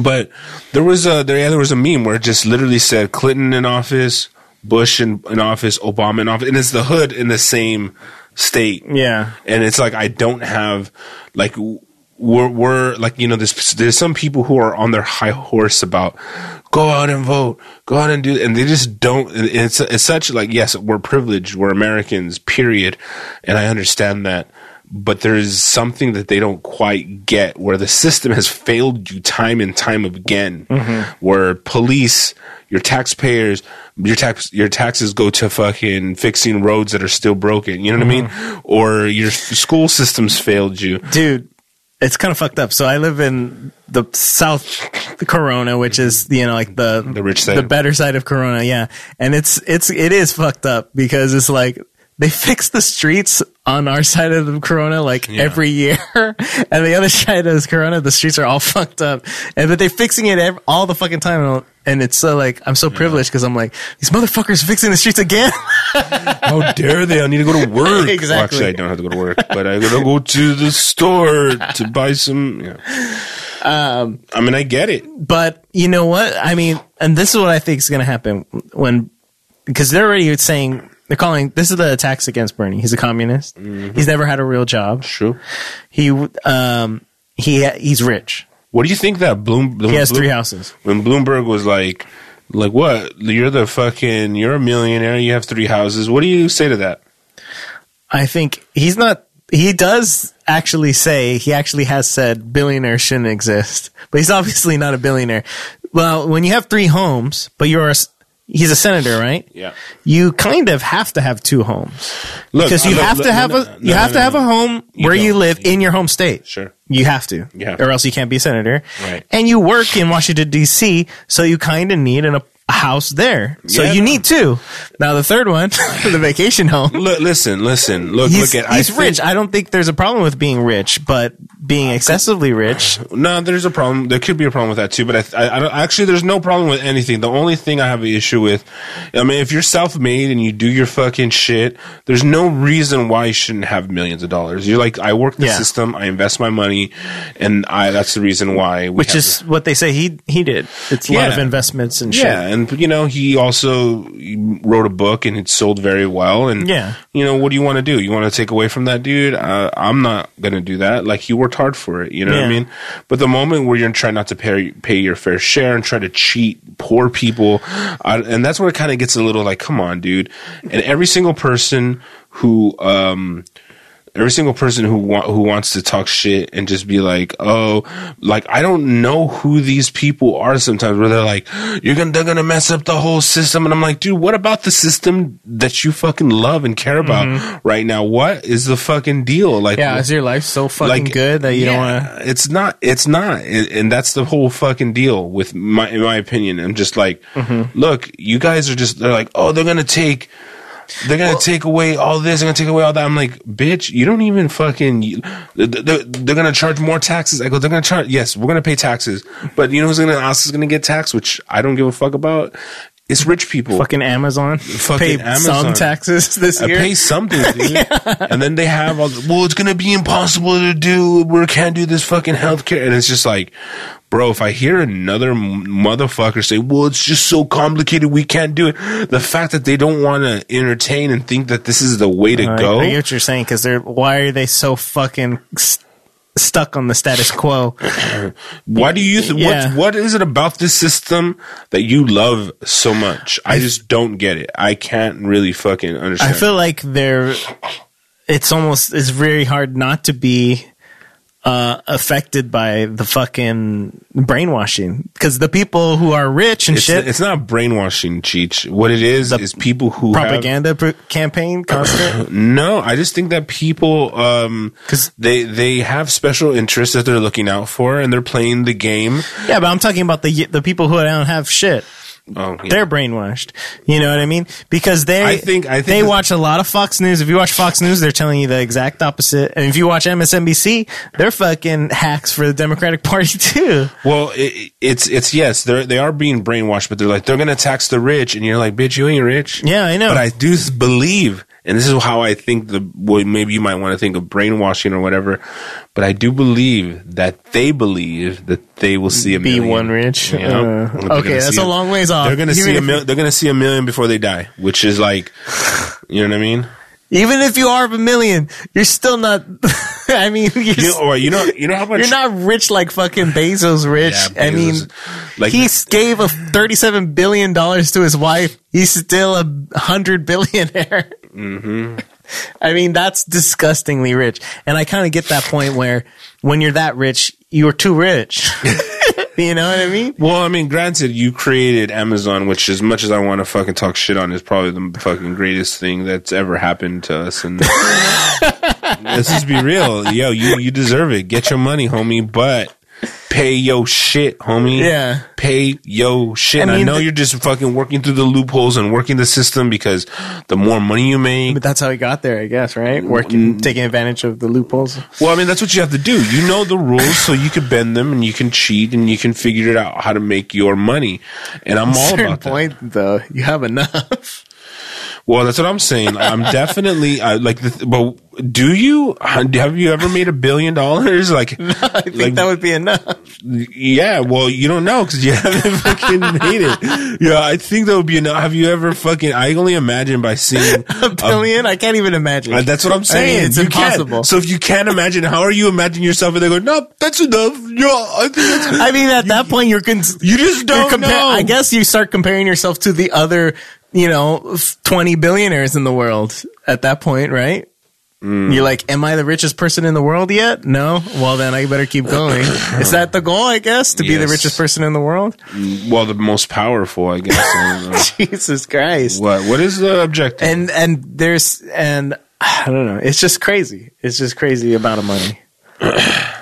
Speaker 1: But there was a there, yeah, there was a meme where it just literally said Clinton in office, Bush in, in office, Obama in office, and it's the hood in the same state.
Speaker 2: Yeah.
Speaker 1: And it's like I don't have like w- we're we're like you know there's there's some people who are on their high horse about go out and vote, go out and do, and they just don't. and It's it's such like yes, we're privileged, we're Americans, period, and I understand that. But there is something that they don't quite get where the system has failed you time and time again.
Speaker 2: Mm-hmm.
Speaker 1: Where police, your taxpayers, your tax your taxes go to fucking fixing roads that are still broken. You know what I
Speaker 2: Mm-hmm.
Speaker 1: mean? Or your s- school systems failed you.
Speaker 2: dude it's kind of fucked up so i live in the south corona which is you know like the
Speaker 1: The rich side.
Speaker 2: the better side of corona yeah and it's it's it is fucked up because it's like they fix the streets on our side of the corona like every year and the other side of corona the streets are all fucked up and but they're fixing it ev- all the fucking time and it's so like i'm so privileged because i'm like these motherfuckers fixing the streets again
Speaker 1: How dare they? I need to go to work.
Speaker 2: Exactly.
Speaker 1: Well, actually, I don't have to go to work, but I gotta go to the store to buy some. Yeah. Um, I mean, I get it.
Speaker 2: but you know what i mean and this is what i think is going to happen when because they're already saying they're calling this is the attacks against bernie he's a communist he's never had a real job
Speaker 1: True.
Speaker 2: he um he he's rich
Speaker 1: What do you think that Bloom?
Speaker 2: he has three houses
Speaker 1: when Bloomberg was like, like what? You're the fucking. You're a millionaire. You have three houses. What do you say to that?
Speaker 2: i think he's not he does actually say he actually has said billionaires shouldn't exist but he's obviously not a billionaire well when you have three homes but you're a s he's a senator right
Speaker 1: Yeah.
Speaker 2: you kind of have to have two homes
Speaker 1: Look,
Speaker 2: because you
Speaker 1: look,
Speaker 2: have
Speaker 1: look,
Speaker 2: to
Speaker 1: no,
Speaker 2: have
Speaker 1: no,
Speaker 2: a
Speaker 1: no,
Speaker 2: you
Speaker 1: no,
Speaker 2: have
Speaker 1: no,
Speaker 2: to
Speaker 1: no,
Speaker 2: have
Speaker 1: no.
Speaker 2: a home where you
Speaker 1: don't.
Speaker 2: live in your home state.
Speaker 1: Sure.
Speaker 2: you have to,
Speaker 1: Yeah.
Speaker 2: or else you can't be a senator.
Speaker 1: Right.
Speaker 2: And you work in Washington D.C., so you kind of need an, a house there. So
Speaker 1: Yeah.
Speaker 2: you need two. Now the third one, the vacation home.
Speaker 1: Look, listen, listen. Look,
Speaker 2: He's,
Speaker 1: look at.
Speaker 2: he's
Speaker 1: I think-
Speaker 2: rich. I don't think there's a problem with being rich, but being excessively rich.
Speaker 1: No, there's a problem. There could be a problem with that too. But I, th- I, I don't, actually, there's no problem with anything. The only thing I have an issue with, I mean, if you're self-made and you do your fucking shit, there's no reason why you shouldn't have millions of dollars. You're like, I work the
Speaker 2: Yeah.
Speaker 1: system, I invest my money, and I. That's the reason why. We
Speaker 2: Which
Speaker 1: have
Speaker 2: is what they say he he did. It's a lot
Speaker 1: Yeah.
Speaker 2: of investments and shit.
Speaker 1: Yeah, and you know he also wrote a book and it sold very well. And
Speaker 2: Yeah.
Speaker 1: you know what do you want to do? You want to take away from that dude? Uh, I'm not gonna do that. Like you worked hard for it. You know what I
Speaker 2: Yeah.
Speaker 1: mean? But the moment where you're trying not to pay pay your fair share and try to cheat poor people, I, and that's where it kind of gets a little like, come on, dude. And every single person who um every single person who wa- who wants to talk shit and just be like, oh, like I don't know who these people are. Sometimes where they're like, you're gonna they're gonna mess up the whole system, and I'm like, dude, what about the system that you fucking love and care about right now? What is the fucking deal? Like,
Speaker 2: Yeah, is your life so fucking good that you don't want to?
Speaker 1: to. It's not. It's not. And, and that's the whole fucking deal with my, in my opinion. I'm just like,
Speaker 2: Mm-hmm.
Speaker 1: look, you guys are just. They're like, oh, they're gonna take. They're gonna take away all this. They're gonna take away all that. I'm like, bitch, you don't even fucking. you- They're, they're- they're gonna charge more taxes. I go, they're gonna charge. Yes, we're gonna pay taxes, but you know who's gonna us is gonna get taxed, which I don't give a fuck about. It's rich people.
Speaker 2: Fucking Amazon.
Speaker 1: Fucking
Speaker 2: pay
Speaker 1: Amazon.
Speaker 2: some taxes this
Speaker 1: I
Speaker 2: year.
Speaker 1: pay something, dude. And then they have all. The, well, it's gonna be impossible to do. We can't do this fucking healthcare, and it's just like, bro. If I hear another m- motherfucker say, "Well, it's just so complicated, we can't do it," the fact that they don't want to entertain and think that this is the way to
Speaker 2: I,
Speaker 1: go.
Speaker 2: I get what you're saying because they're why are they so fucking st- stuck on the status quo?
Speaker 1: Why do you? Th-
Speaker 2: Yeah.
Speaker 1: What What is it about this system that you love so much? I just don't get it. I can't really fucking
Speaker 2: I
Speaker 1: understand.
Speaker 2: feel like they're. It's almost it's very hard not to be uh, affected by the fucking brainwashing because the people who are rich and
Speaker 1: it's,
Speaker 2: shit,
Speaker 1: it's not brainwashing, Cheech. What it is is people who have-
Speaker 2: propaganda pr- campaign constant.
Speaker 1: No, I just think that people um
Speaker 2: 'Cause-
Speaker 1: they they have special interests that they're looking out for and they're playing the game.
Speaker 2: yeah, but I'm talking about the the people who don't have shit.
Speaker 1: Oh, yeah.
Speaker 2: They're brainwashed. You know what I mean? Because they
Speaker 1: I think- I think
Speaker 2: they
Speaker 1: that-
Speaker 2: watch a lot of Fox News. If you watch Fox News, they're telling you the exact opposite. And if you watch MSNBC, they're fucking hacks for the Democratic Party too.
Speaker 1: well, it, it's it's yes, they are they are being brainwashed, but they're like they're going to tax the rich and you're like, "Bitch, you ain't rich."
Speaker 2: Yeah, I know.
Speaker 1: But I do s- believe, and this is how I think the well, maybe you might want to think of brainwashing or whatever, but I do believe that they believe that they will see a
Speaker 2: be
Speaker 1: million.
Speaker 2: one rich.
Speaker 1: you know?
Speaker 2: Uh,
Speaker 1: They're
Speaker 2: okay,
Speaker 1: gonna
Speaker 2: that's
Speaker 1: see
Speaker 2: a long ways off.
Speaker 1: They're gonna
Speaker 2: even
Speaker 1: see a
Speaker 2: if,
Speaker 1: mil- they're gonna see a million before they die, which is like, you know what I mean?
Speaker 2: Even if you are a million, you're still not. I mean, you're,
Speaker 1: You
Speaker 2: you
Speaker 1: know, or you know, you know how much
Speaker 2: you're not rich like fucking Bezos rich.
Speaker 1: Yeah,
Speaker 2: I mean,
Speaker 1: Bezos. like
Speaker 2: he gave a thirty-seven billion dollars to his wife. He's still a hundred billionaire.
Speaker 1: Mm-hmm.
Speaker 2: I mean, that's disgustingly rich, and I kind of get that point where when you're that rich, you're too rich. you know what I mean?
Speaker 1: Well, I mean, granted, you created Amazon, which, as much as I want to fucking talk shit on, is probably the fucking greatest thing that's ever happened to us. And let's just be real, yo, you you deserve it. Get your money, homie, but pay yo shit, homie.
Speaker 2: Yeah.
Speaker 1: pay yo shit.
Speaker 2: I
Speaker 1: And I,
Speaker 2: mean,
Speaker 1: know
Speaker 2: the-
Speaker 1: you're just fucking working through the loopholes and working the system because the more money you make,
Speaker 2: But that's how he got there, I guess. Right?
Speaker 1: Mm-hmm.
Speaker 2: Working, taking advantage of the loopholes.
Speaker 1: Well, I mean, that's what you have to do. You know the rules, so you can bend them and you can cheat and you can figure it out how to make your money. And I'm all
Speaker 2: certain
Speaker 1: about that.
Speaker 2: point though you have enough
Speaker 1: Well, that's what I'm saying. I'm definitely I, like, the, th- but do you have you ever made a billion dollars? Like,
Speaker 2: i think
Speaker 1: Like-
Speaker 2: that would be enough
Speaker 1: yeah. Well, you don't know because you haven't fucking made it. Yeah, I think that would be enough. Have you ever fucking? I only imagine by seeing
Speaker 2: a billion i can't even imagine
Speaker 1: Uh, that's what I'm saying.
Speaker 2: it's
Speaker 1: You can't.
Speaker 2: impossible.
Speaker 1: So if you can't imagine, how are you imagining yourself? And they go, "No, that's enough. Yeah, I think that's."
Speaker 2: i mean at that point you're cons-
Speaker 1: you just
Speaker 2: you're
Speaker 1: don't
Speaker 2: compa-
Speaker 1: know.
Speaker 2: i guess you start comparing yourself to the other you know 20 billionaires in the world at that point right You're like, am I the richest person in the world yet? No. Well, then I better keep going. Is that the goal? I guess to be the
Speaker 1: Yes.
Speaker 2: richest person in the world.
Speaker 1: Well, the most powerful, I guess. I don't know.
Speaker 2: Jesus Christ!
Speaker 1: what What is the objective?
Speaker 2: and and there's and I don't know. It's just crazy. It's just crazy amount of money.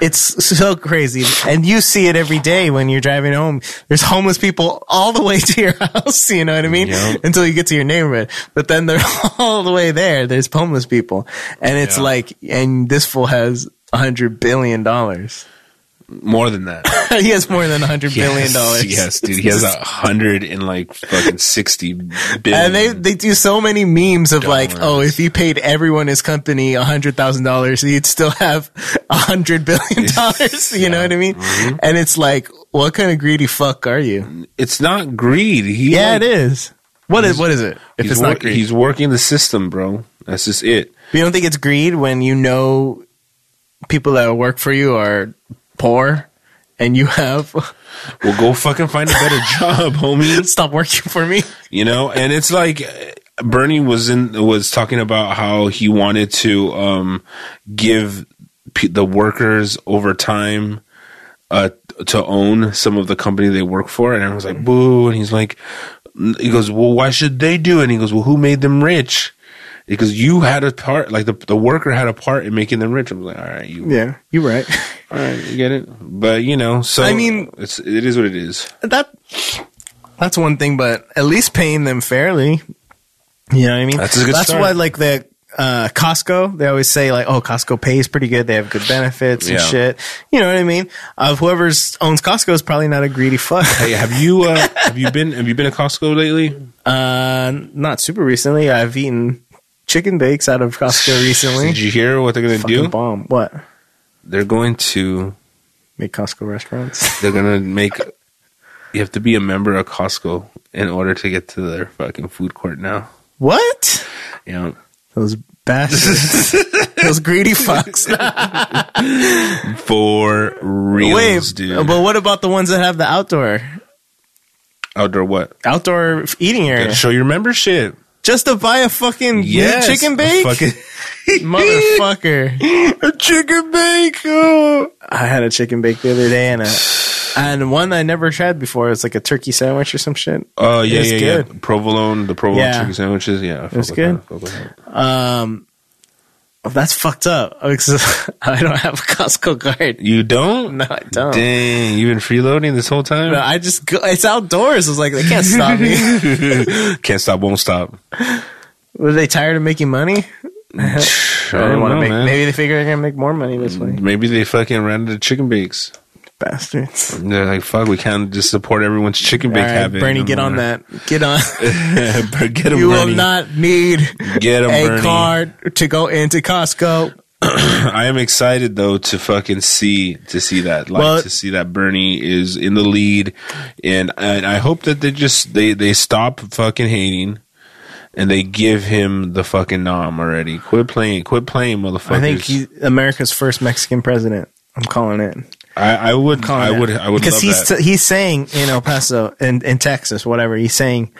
Speaker 2: it's so crazy, and you see it every day when you're driving home. There's homeless people all the way to your house. You know what I mean?
Speaker 1: Yep.
Speaker 2: Until you get to your neighborhood, but then they're all the way there. There's homeless people, and it's
Speaker 1: Yeah.
Speaker 2: like, and this fool has hundred billion dollars.
Speaker 1: More than that.
Speaker 2: he has more than hundred
Speaker 1: Yes,
Speaker 2: billion dollars.
Speaker 1: Yes, dude. He has a hundred and like fucking sixty billion.
Speaker 2: And they, they do so many memes of like,
Speaker 1: Dollars.
Speaker 2: oh, if he paid everyone his company hundred thousand dollars, he'd still have a hundred billion dollars. You know what I mean?
Speaker 1: Mm-hmm.
Speaker 2: And it's like, what kind of greedy fuck are you?
Speaker 1: it's not greed. He
Speaker 2: Yeah,
Speaker 1: like,
Speaker 2: it is. What is what is it? If
Speaker 1: He's
Speaker 2: it's
Speaker 1: wor-
Speaker 2: not greed,
Speaker 1: he's working the system, bro. That's just it.
Speaker 2: you don't think it's greed when you know people that work for you are poor and you have
Speaker 1: Well, go fucking find a better job, homie.
Speaker 2: stop working for me.
Speaker 1: You know, and it's like uh, Bernie was in was talking about how he wanted to um, give p- the workers over time uh, to own some of the company they work for, and everyone's like, "Boo!" And he's like, "He goes, well, why should they do?" it? And he goes, "Well, who made them rich?" Because you had a part, like the the worker had a part in making them rich. I'm like, all right, you,
Speaker 2: Yeah, you're right.
Speaker 1: all right, you get it. But you know, so
Speaker 2: I mean-
Speaker 1: it's it is what it is.
Speaker 2: that that's one thing, but at least paying them fairly. You know what I mean?
Speaker 1: That's a good start.
Speaker 2: why, like the uh, Costco, they always say like, "Oh, Costco pays pretty good. They have good benefits and
Speaker 1: Yeah.
Speaker 2: shit." You know what I mean? Uh, whoever owns Costco is probably not a greedy fuck.
Speaker 1: Hey, have you uh, have you been have you been to Costco lately?
Speaker 2: Uh, not super recently. I've eaten chicken bakes out of Costco recently.
Speaker 1: Did you hear what they're gonna
Speaker 2: Fucking
Speaker 1: do?
Speaker 2: bomb. What?
Speaker 1: They're going to
Speaker 2: Make Costco restaurants.
Speaker 1: they're gonna make you have to be a member of Costco in order to get to their fucking food court now.
Speaker 2: what?
Speaker 1: You know,
Speaker 2: Those bastards. Those greedy fucks.
Speaker 1: for reals,
Speaker 2: Wait,
Speaker 1: dude.
Speaker 2: but what about the ones that have the outdoor
Speaker 1: Outdoor what?
Speaker 2: outdoor f- eating area?
Speaker 1: Show your membership.
Speaker 2: Just to buy a fucking
Speaker 1: Yes,
Speaker 2: chicken
Speaker 1: a
Speaker 2: bake,
Speaker 1: fucking-
Speaker 2: motherfucker!
Speaker 1: a chicken bake. oh.
Speaker 2: I had a chicken bake the other day, and a, and one I never tried before. It's like a turkey sandwich or some shit.
Speaker 1: Oh yeah,
Speaker 2: It's
Speaker 1: yeah, yeah.
Speaker 2: good.
Speaker 1: Provolone, the provolone
Speaker 2: Yeah.
Speaker 1: chicken sandwiches. Yeah, I fuck
Speaker 2: It's
Speaker 1: with
Speaker 2: good.
Speaker 1: that, I fuck with that.
Speaker 2: Um, oh, that's fucked up. Oh, it's- I don't have a Costco card.
Speaker 1: You don't?
Speaker 2: No, I don't.
Speaker 1: Dang, you've been freeloading this whole time.
Speaker 2: No, I just go, it's outdoors. It's like they can't stop me.
Speaker 1: Can't stop, won't stop.
Speaker 2: Were they tired of making money?
Speaker 1: I
Speaker 2: They
Speaker 1: don't
Speaker 2: wanna
Speaker 1: know,
Speaker 2: make.
Speaker 1: man. Mm.
Speaker 2: Maybe they figure they're gonna make more money this way.
Speaker 1: Maybe they fucking ran out of chicken bakes.
Speaker 2: Bastards.
Speaker 1: And they're like, fuck, we can't just support everyone's chicken bake
Speaker 2: All right,
Speaker 1: habit.
Speaker 2: Bernie,
Speaker 1: no
Speaker 2: get on
Speaker 1: more.
Speaker 2: that. Get on.
Speaker 1: get him,
Speaker 2: you
Speaker 1: Bernie.
Speaker 2: will not need
Speaker 1: get him,
Speaker 2: a
Speaker 1: Bernie.
Speaker 2: card to go into Costco.
Speaker 1: I am excited though to fucking see to see that, like
Speaker 2: Well-
Speaker 1: to see that Bernie is in the lead, and and I hope that they just they they stop fucking hating. And they give him the fucking nom already. Quit playing, quit playing, motherfuckers.
Speaker 2: I think he's America's first Mexican president. I'm calling it.
Speaker 1: I, I would,
Speaker 2: Calling
Speaker 1: I
Speaker 2: it.
Speaker 1: would, I would
Speaker 2: because
Speaker 1: love
Speaker 2: he's
Speaker 1: that.
Speaker 2: he's saying in El Paso and in, Texas, whatever he's saying.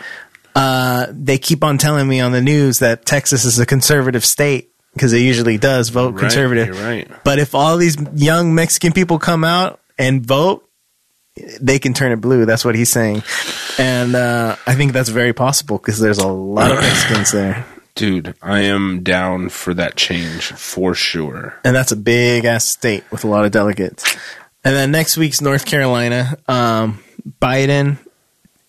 Speaker 2: Uh, they keep on telling me on the news that Texas is a conservative state because it usually does vote
Speaker 1: Right,
Speaker 2: conservative.
Speaker 1: You're right.
Speaker 2: But if all these young Mexican people come out and vote, they can turn it blue. That's what he's saying. And uh, I think that's very possible because there's a lot of Mexicans there.
Speaker 1: Dude, I am down for that change for sure.
Speaker 2: And that's a big ass state with a lot of delegates. And then next week's North Carolina. Um, Biden,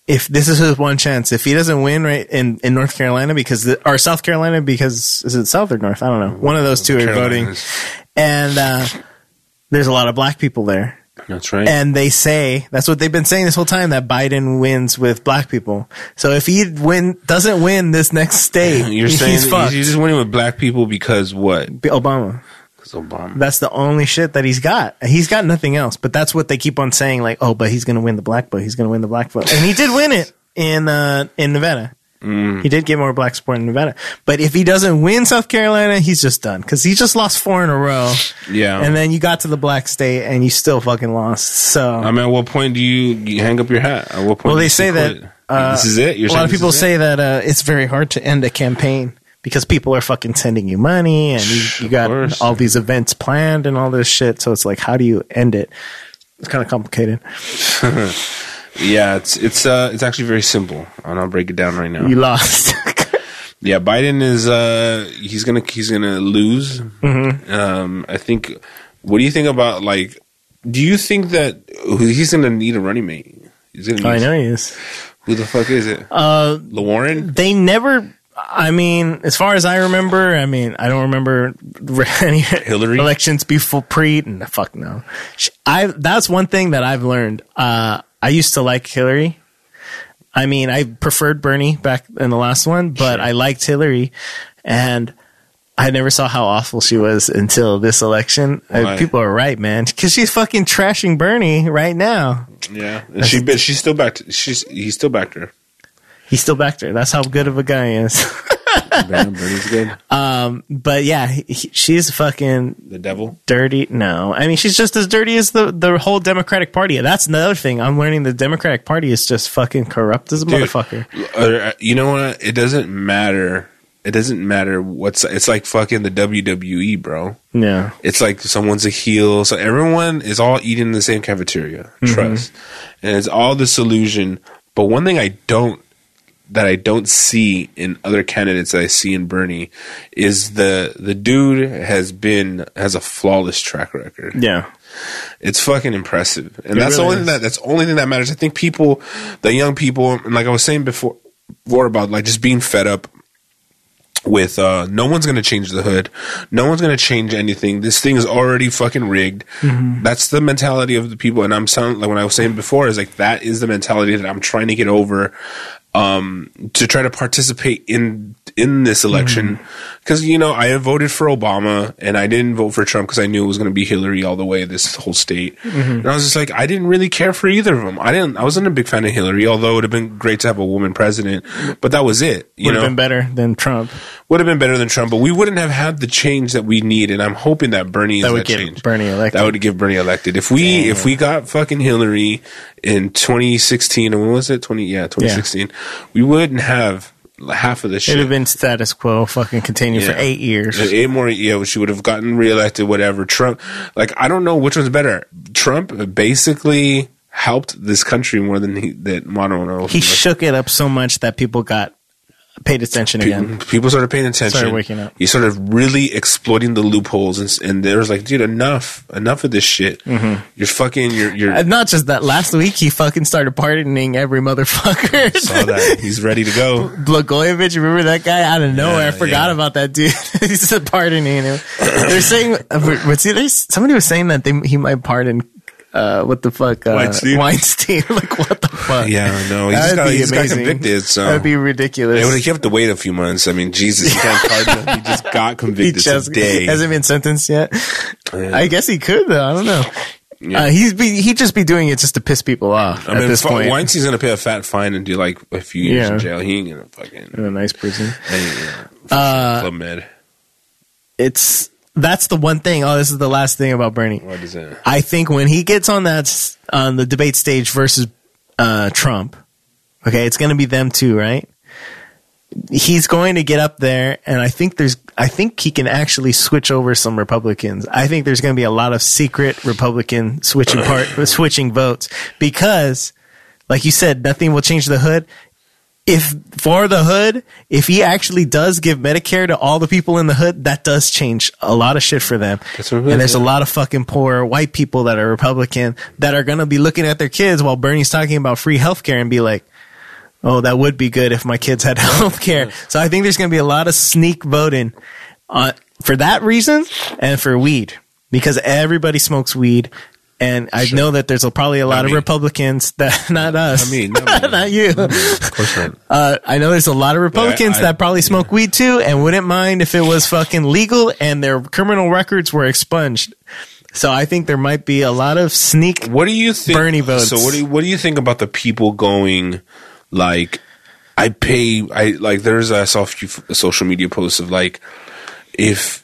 Speaker 2: if this is his one chance, if he doesn't win right in, in North Carolina because, the, or South Carolina because, is it South or North? I don't know. One of those two are voting.
Speaker 1: Carolinas.
Speaker 2: And uh, there's a lot of black people there.
Speaker 1: That's right.
Speaker 2: and they say that's what they've been saying this whole time that Biden wins with black people. So if he win doesn't win this next state,
Speaker 1: You're saying
Speaker 2: he's
Speaker 1: that
Speaker 2: fucked.
Speaker 1: he's just winning with black people because what?
Speaker 2: Be- Obama.
Speaker 1: Because Obama.
Speaker 2: That's the only shit that he's got. He's got nothing else. But that's what they keep on saying, like, oh, but he's gonna win the black vote. He's gonna win the black vote, and he did win it in uh, in Nevada. He did get more black support in Nevada. But if he doesn't win South Carolina, he's just done because he just lost four in a row,
Speaker 1: Yeah.
Speaker 2: and then you got to the black state and you still fucking lost. So
Speaker 1: I mean, at what point do you you hang up your hat? At what point?
Speaker 2: Well,
Speaker 1: do
Speaker 2: they
Speaker 1: you
Speaker 2: say that,
Speaker 1: quit?
Speaker 2: uh,
Speaker 1: this is it. You're
Speaker 2: a lot
Speaker 1: saying
Speaker 2: of
Speaker 1: this
Speaker 2: people
Speaker 1: is it?
Speaker 2: say that uh, it's very hard to end a campaign because people are fucking sending you money and you, you
Speaker 1: Of
Speaker 2: got
Speaker 1: course.
Speaker 2: all these events planned and all this shit. So it's like, how do you end it? It's kind of complicated.
Speaker 1: Yeah, it's it's uh it's actually very simple, and I'll break it down right now.
Speaker 2: You lost.
Speaker 1: Yeah, Biden is uh he's gonna he's gonna lose.
Speaker 2: Mm-hmm.
Speaker 1: Um, I think. What do you think about like? Do you think that he's gonna need a running mate? He's gonna. Need,
Speaker 2: I know he is.
Speaker 1: Who the fuck is it?
Speaker 2: Uh,
Speaker 1: LaWarren.
Speaker 2: they never. I mean, as far as I remember, I mean, I don't remember any
Speaker 1: Hillary?
Speaker 2: elections before pre. No, fuck no. She, I that's one thing that I've learned. Uh, I used to like Hillary. I mean, I preferred Bernie back in the last one, but I liked Hillary, and I never saw how awful she was until this election. Uh,
Speaker 1: Why?
Speaker 2: people are right, man, because she's fucking trashing Bernie right now.
Speaker 1: Yeah, and she but she's still back. To, she's he still backed her.
Speaker 2: He still backed her. That's how good of a guy he is.
Speaker 1: Damn, Bernie's good.
Speaker 2: but yeah, he, he- she's fucking
Speaker 1: The devil.
Speaker 2: dirty. No, I mean she's just as dirty as the the whole Democratic Party. That's another thing I'm learning. The Democratic Party is just fucking corrupt as a
Speaker 1: Dude.
Speaker 2: motherfucker.
Speaker 1: Uh, you know what? It doesn't matter. It doesn't matter what's. It's like fucking the WWE, bro.
Speaker 2: Yeah,
Speaker 1: It's like someone's a heel. So everyone is all eating in the same cafeteria. Trust. And it's all this illusion. But one thing I don't that I don't see in other candidates that I see in Bernie is the the dude has been has a flawless track record.
Speaker 2: yeah,
Speaker 1: It's fucking impressive, and
Speaker 2: It
Speaker 1: that's the
Speaker 2: really
Speaker 1: only
Speaker 2: is.
Speaker 1: thing that that's the only thing that matters. I think people, the young people, and like I was saying before, before about like just being fed up with uh, no one's gonna change the hood, no one's gonna change anything. This thing is already fucking rigged. That's the mentality of the people, and I'm sound like when I was saying before is like that is the mentality that I'm trying to get over um, to try to participate in in this election because you know I have voted for Obama and I didn't vote for Trump because I knew it was going to be Hillary all the way this whole state and I was just like I didn't really care for either of them I didn't I wasn't a big fan of Hillary although it would have been great to have a woman president but that was it you
Speaker 2: would have
Speaker 1: know
Speaker 2: been better than Trump.
Speaker 1: would have been better than Trump but we wouldn't have had the change that we need and I'm hoping that Bernie is
Speaker 2: That
Speaker 1: that,
Speaker 2: would get
Speaker 1: change
Speaker 2: Bernie elected.
Speaker 1: that would give Bernie elected if we if we got fucking Hillary in 2016 and when was it 20 yeah 2016 we wouldn't have half of this shit
Speaker 2: It'd have been status quo. Fucking continue for
Speaker 1: Yeah.
Speaker 2: eight years.
Speaker 1: Eight more, yeah, she would have gotten reelected, whatever. Trump, like, I don't know which one's better. Trump basically helped this country more than he, that, I don't know.
Speaker 2: He shook it up so much that people got paid attention again.
Speaker 1: People started paying attention.
Speaker 2: Started waking up.
Speaker 1: He started really exploiting the loopholes, and, s- and there was like, dude, enough, enough of this shit.
Speaker 2: Mm-hmm.
Speaker 1: You're fucking, you're, you're.
Speaker 2: And not just that. Last week he fucking started pardoning every motherfucker.
Speaker 1: saw that. He's ready to go.
Speaker 2: Blagojevich, remember that guy? Out of nowhere,
Speaker 1: Yeah,
Speaker 2: I forgot
Speaker 1: yeah.
Speaker 2: about that dude. He's just pardoning him. They're saying, uh, what's he, there's, somebody was saying that they, he might pardon, uh, what the fuck, uh,
Speaker 1: Weinstein?
Speaker 2: Weinstein. like, what the fuck?
Speaker 1: Yeah, no, he just
Speaker 2: That'd
Speaker 1: got,
Speaker 2: be
Speaker 1: he just got
Speaker 2: amazing.
Speaker 1: convicted. So
Speaker 2: That'd be
Speaker 1: They would've-
Speaker 2: ridiculous.
Speaker 1: you have to wait a few months. I mean, Jesus, you can't pardon him. He just got
Speaker 2: He
Speaker 1: convicted
Speaker 2: just
Speaker 1: today.
Speaker 2: hasn't been sentenced yet.
Speaker 1: Yeah.
Speaker 2: I guess he could though. I don't know.
Speaker 1: Yeah.
Speaker 2: Uh, he's be, he'd just be doing it just to piss people off
Speaker 1: I
Speaker 2: at
Speaker 1: mean,
Speaker 2: this
Speaker 1: fu-
Speaker 2: point.
Speaker 1: Weinstein's gonna pay a fat fine and do like a few years
Speaker 2: Yeah. Uh,
Speaker 1: in jail. He ain't gonna fucking
Speaker 2: in a nice prison.
Speaker 1: hey, Club Med.
Speaker 2: It's that's the one thing. Oh, this is the last thing about Bernie.
Speaker 1: What is it?
Speaker 2: I think when he gets on that s- on the debate stage versus uh, Trump, okay, it's going to be them two, right? He's going to get up there, and I think there's, I think he can actually switch over some Republicans. I think there's going to be a lot of secret Republican switching part, switching votes because, like you said, nothing will change the hood. If for the hood, if he actually does give Medicare to all the people in the hood, that does change a lot of shit for them.
Speaker 1: That's what it
Speaker 2: And
Speaker 1: is,
Speaker 2: there's a
Speaker 1: yeah.
Speaker 2: lot lot of fucking poor white people that are Republican that are going to be looking at their kids while Bernie's talking about free healthcare and be like, oh, that would be good if my kids had healthcare. So I think there's going to be a lot of sneak voting uh, for that reason and for weed because everybody smokes weed. And I know that there's a, probably a lot of
Speaker 1: me.
Speaker 2: Republicans that, not us,
Speaker 1: me, not me.
Speaker 2: not you.
Speaker 1: Of course not.
Speaker 2: Uh, I know there's a lot of Republicans
Speaker 1: I- I-
Speaker 2: that probably smoke weed too and wouldn't mind if it was fucking legal and their criminal records were expunged. So I think there might be a lot of sneak.
Speaker 1: What do you think?
Speaker 2: Bernie votes.
Speaker 1: So what do you, what do you think about the people going like? I pay. I like. There's I saw a few f- social media posts of like, if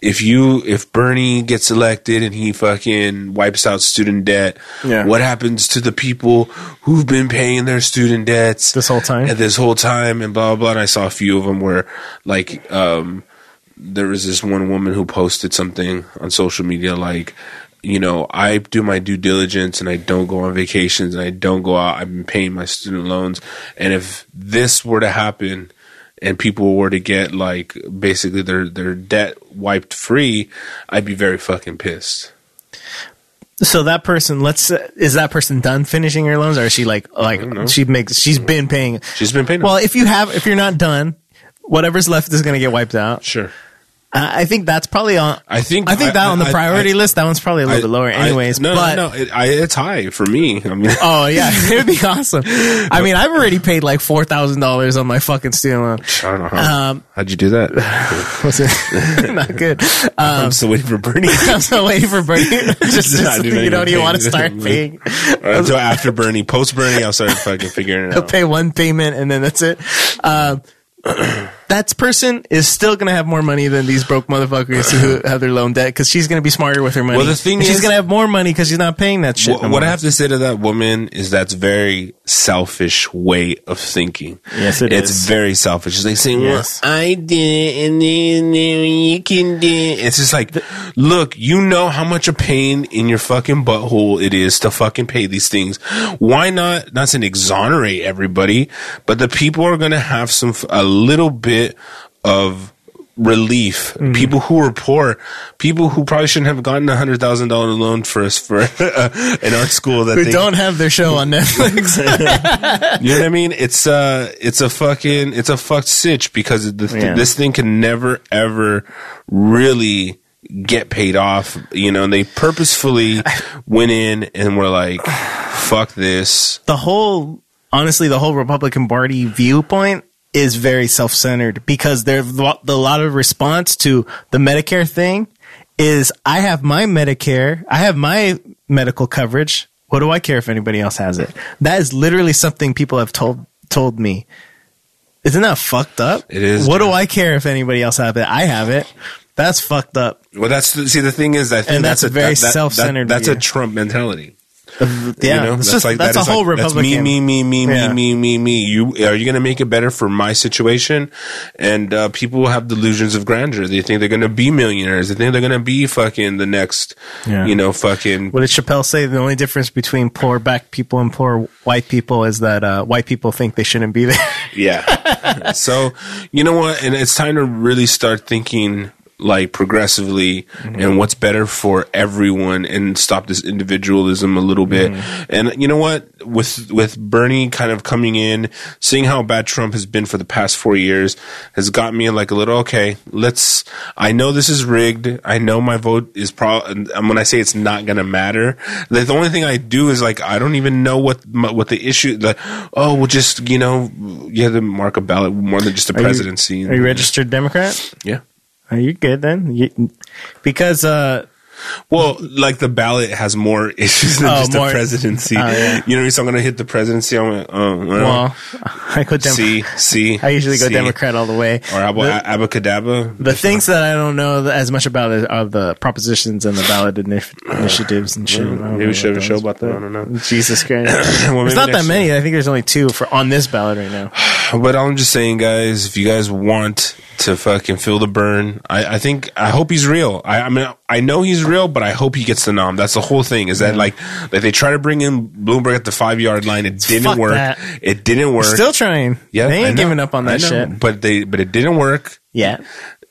Speaker 1: if you if Bernie gets elected and he fucking wipes out student debt,
Speaker 2: Yeah.
Speaker 1: what happens to the people who've been paying their student debts
Speaker 2: This whole time?
Speaker 1: And this whole time, and blah blah. blah. And I saw a few of them where like um, there was this one woman who posted something on social media like. You know, I do my due diligence and I don't go on vacations and I don't go out. I've been paying my student loans. And if this were to happen, and people were to get like basically their their debt wiped free, I'd be very fucking pissed.
Speaker 2: So that person, let's uh, is that person done finishing her loans, or is she like like she makes she's been paying?
Speaker 1: She's been paying.
Speaker 2: Well, if you have, if you're not done, whatever's left is going to get wiped out.
Speaker 1: Sure.
Speaker 2: I I think that's probably on.
Speaker 1: I think
Speaker 2: I think that on the
Speaker 1: I-
Speaker 2: priority
Speaker 1: I-
Speaker 2: list, that one's probably a little bit lower,
Speaker 1: I-
Speaker 2: anyways.
Speaker 1: no,
Speaker 2: but
Speaker 1: no, no, it, I, it's high for me. I mean,
Speaker 2: oh yeah, it'd be awesome. I mean, I've already paid like four thousand dollars on my fucking student loan.
Speaker 1: I don't know how.
Speaker 2: Um,
Speaker 1: How'd you do that?
Speaker 2: Was it not good? Um,
Speaker 1: I'm still waiting for Bernie.
Speaker 2: I'm still waiting for Bernie. just
Speaker 1: Nah,
Speaker 2: just
Speaker 1: dude, I
Speaker 2: you don't
Speaker 1: ain't
Speaker 2: even want to
Speaker 1: paying.
Speaker 2: start paying.
Speaker 1: Until after Bernie, post Bernie, I'll start fucking figuring it
Speaker 2: They'll
Speaker 1: out.
Speaker 2: pay one payment and then that's it. Um, that person is still going to have more money than these broke motherfuckers who have their loan debt because she's going to be smarter with her money.
Speaker 1: Well, the thing
Speaker 2: And she's
Speaker 1: is-
Speaker 2: going to have more money because she's not paying that shit.
Speaker 1: What,
Speaker 2: no
Speaker 1: what I
Speaker 2: more.
Speaker 1: have to say to that woman is that's very selfish way of thinking.
Speaker 2: Yes, it
Speaker 1: it's
Speaker 2: is.
Speaker 1: very selfish. It's like saying,
Speaker 2: Yes.
Speaker 1: "Well, I did, it, and then, then you can do." it." It's just like, look, you know how much a pain in your fucking butthole it is to fucking pay these things. Why not? Not to exonerate everybody, but the people are gonna have some f- a little bit of relief.
Speaker 2: Mm.
Speaker 1: People who were poor, people who probably shouldn't have gotten a hundred thousand dollar loan for us for an art school that
Speaker 2: Who
Speaker 1: they
Speaker 2: don't have their show on Netflix.
Speaker 1: you know what I mean? It's uh it's a fucking it's a fucked sitch because the th-
Speaker 2: Yeah.
Speaker 1: this thing can never ever really get paid off. You know, and they purposefully went in and were like, "Fuck this."
Speaker 2: the whole honestly the whole republican party viewpoint is very self-centered because there's lo- the lot of response to the medicare thing is i have my medicare i have my medical coverage what do i care if anybody else has it that is literally something people have told told me isn't that fucked up
Speaker 1: It is,
Speaker 2: what do
Speaker 1: dude.
Speaker 2: i care if anybody else have it i have it that's fucked up
Speaker 1: Well, that's the, see the thing is, I think
Speaker 2: And that's
Speaker 1: a
Speaker 2: very
Speaker 1: that- that-
Speaker 2: self-centered
Speaker 1: That, that's a
Speaker 2: view.
Speaker 1: Trump mentality.
Speaker 2: yeah
Speaker 1: you know?
Speaker 2: it's just, that's
Speaker 1: that
Speaker 2: a
Speaker 1: is
Speaker 2: whole
Speaker 1: like, that's
Speaker 2: republican
Speaker 1: me, me, me, me,
Speaker 2: Yeah.
Speaker 1: me, me, me. You are you going to make it better for my situation? And uh, people have delusions of grandeur. They think they're going to be millionaires. They think they're going to be fucking the next,
Speaker 2: Yeah.
Speaker 1: you know, fucking.
Speaker 2: What did Chappelle say? The only difference between poor black people and poor white people is that uh, white people think they shouldn't be there.
Speaker 1: Yeah. so you know what? And it's time to really start thinking like progressively
Speaker 2: Mm-hmm.
Speaker 1: and what's better for everyone and stop this individualism a little bit.
Speaker 2: Mm-hmm.
Speaker 1: And you know what? With with Bernie kind of coming in, seeing how bad Trump has been for the past four years has got me like a little okay. Let's. I know this is rigged. I know my vote is probably. And when I say it's not gonna matter, the, the only thing I do is like I don't even know what my, what the issue. The oh, well, just you know, you have to mark a ballot more than just a presidency.
Speaker 2: Are you registered Democrat?
Speaker 1: Yeah.
Speaker 2: Are you good then? You, because uh,
Speaker 1: Well, like the ballot has more issues than
Speaker 2: Oh,
Speaker 1: just
Speaker 2: more-
Speaker 1: the presidency.
Speaker 2: Oh,
Speaker 1: You
Speaker 2: yeah.
Speaker 1: know, what I mean? so I'm gonna hit the presidency. I'm like, oh, well,
Speaker 2: well, I go Dem-
Speaker 1: see, see.
Speaker 2: I usually go
Speaker 1: see.
Speaker 2: Democrat all the way.
Speaker 1: Or how about a- abacadabra?
Speaker 2: The things that I don't know as much about is- are the propositions and the ballot inif- initiatives and shit. I don't
Speaker 1: Maybe
Speaker 2: know
Speaker 1: we should have a
Speaker 2: about
Speaker 1: show
Speaker 2: those,
Speaker 1: about that.
Speaker 2: but-
Speaker 1: I don't know.
Speaker 2: Jesus Christ!
Speaker 1: Well, maybe
Speaker 2: There's not that
Speaker 1: next
Speaker 2: many. I think there's only two for on this ballot right now.
Speaker 1: But I'm just saying, guys, if you guys want to fucking feel the burn, I, I think I hope he's real. I, I mean, I know he's real, but I hope he gets the nom. That's the whole thing. Is that like, like they try to bring in Bloomberg at the five yard line? It didn't
Speaker 2: Fuck
Speaker 1: work.
Speaker 2: that.
Speaker 1: It didn't work.
Speaker 2: Still trying.
Speaker 1: Yeah,
Speaker 2: they
Speaker 1: I
Speaker 2: ain't
Speaker 1: know.
Speaker 2: giving up on
Speaker 1: I
Speaker 2: that
Speaker 1: know.
Speaker 2: shit
Speaker 1: But they, but it didn't work.
Speaker 2: yet.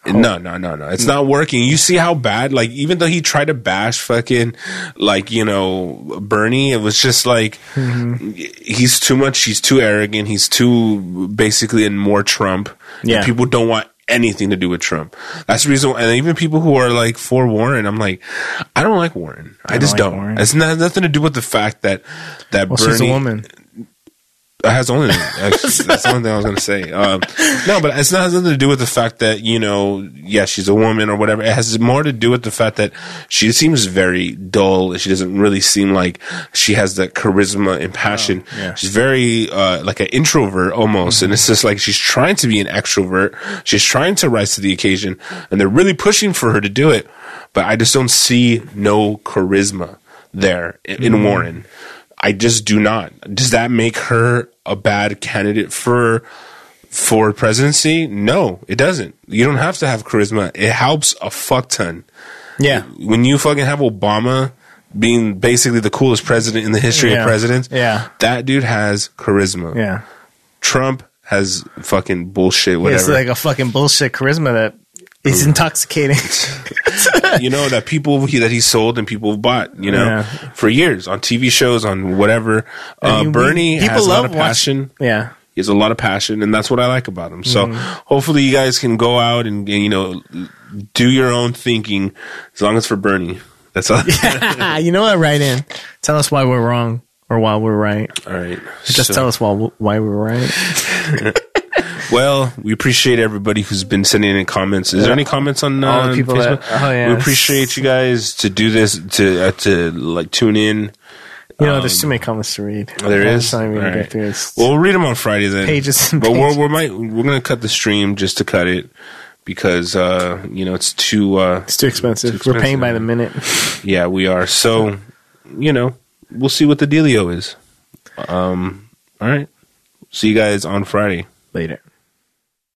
Speaker 1: No, no, no, no. It's not working. You see how bad, like, even though he tried to bash fucking, like, you know, Bernie, it was just like,
Speaker 2: Mm-hmm.
Speaker 1: he's too much. He's too arrogant. He's too, basically, and more Trump. And
Speaker 2: Yeah.
Speaker 1: people don't want anything to do with Trump. That's the reason. And even people who are, like, for Warren, I'm like, I don't like Warren. I, just
Speaker 2: like
Speaker 1: don't.
Speaker 2: Warren.
Speaker 1: It's not, nothing to do with the fact that, that
Speaker 2: Well,
Speaker 1: Bernie
Speaker 2: she's a woman.
Speaker 1: that has only actually, that's the only thing I was going to say. Um, no, but it's not has nothing to do with the fact that you know, yeah, she's a woman or whatever. It has more to do with the fact that she seems very dull. She doesn't really seem like she has that charisma and passion.
Speaker 2: yeah.
Speaker 1: She's very uh, like an introvert almost, and it's just like she's trying to be an extrovert. She's trying to rise to the occasion, and they're really pushing for her to do it. But I just don't see no charisma there in, in Warren. I just do not. Does that make her a bad candidate for for presidency? No, it doesn't. You don't have to have charisma. It helps a fuck ton.
Speaker 2: Yeah.
Speaker 1: When you fucking have Obama being basically the coolest president in the history
Speaker 2: Yeah.
Speaker 1: of presidents,
Speaker 2: Yeah.
Speaker 1: that dude has charisma.
Speaker 2: Yeah.
Speaker 1: Trump has fucking bullshit.
Speaker 2: It's
Speaker 1: Whatever.
Speaker 2: like a fucking bullshit charisma that is intoxicating.
Speaker 1: you know that people he, that he sold and people bought you know
Speaker 2: Yeah.
Speaker 1: for years on tv shows on whatever uh,
Speaker 2: I mean, we-
Speaker 1: bernie has a lot of
Speaker 2: watch-
Speaker 1: passion
Speaker 2: yeah.
Speaker 1: He has a lot of passion, and that's what I like about him. So
Speaker 2: Mm-hmm.
Speaker 1: hopefully, you guys can go out and, and, you know do your own thinking, as long as for Bernie. That's all.
Speaker 2: you know what? Write in. Tell us why we're wrong or why we're right.
Speaker 1: all right.
Speaker 2: Just
Speaker 1: So-
Speaker 2: tell us why why we're right.
Speaker 1: Well, we appreciate everybody who's been sending in comments. Is there any comments on, uh,
Speaker 2: All the
Speaker 1: on
Speaker 2: people
Speaker 1: Facebook?
Speaker 2: that- oh, yeah.
Speaker 1: We appreciate you guys to do this to uh, to like tune in.
Speaker 2: You know, there's too many comments to read.
Speaker 1: um, There
Speaker 2: I'm
Speaker 1: is?
Speaker 2: Not even gonna
Speaker 1: All
Speaker 2: go
Speaker 1: right.
Speaker 2: through this.
Speaker 1: Well, we'll read them on Friday then.
Speaker 2: Pages and
Speaker 1: but
Speaker 2: pages.
Speaker 1: we're we might we're gonna cut the stream just to cut it because uh, you know it's too uh,
Speaker 2: it's too expensive.
Speaker 1: too
Speaker 2: We're paying by the
Speaker 1: expensive.
Speaker 2: minute.
Speaker 1: yeah we are so you know we'll see what the dealio is. Um, all right. See you guys on Friday.
Speaker 2: Later.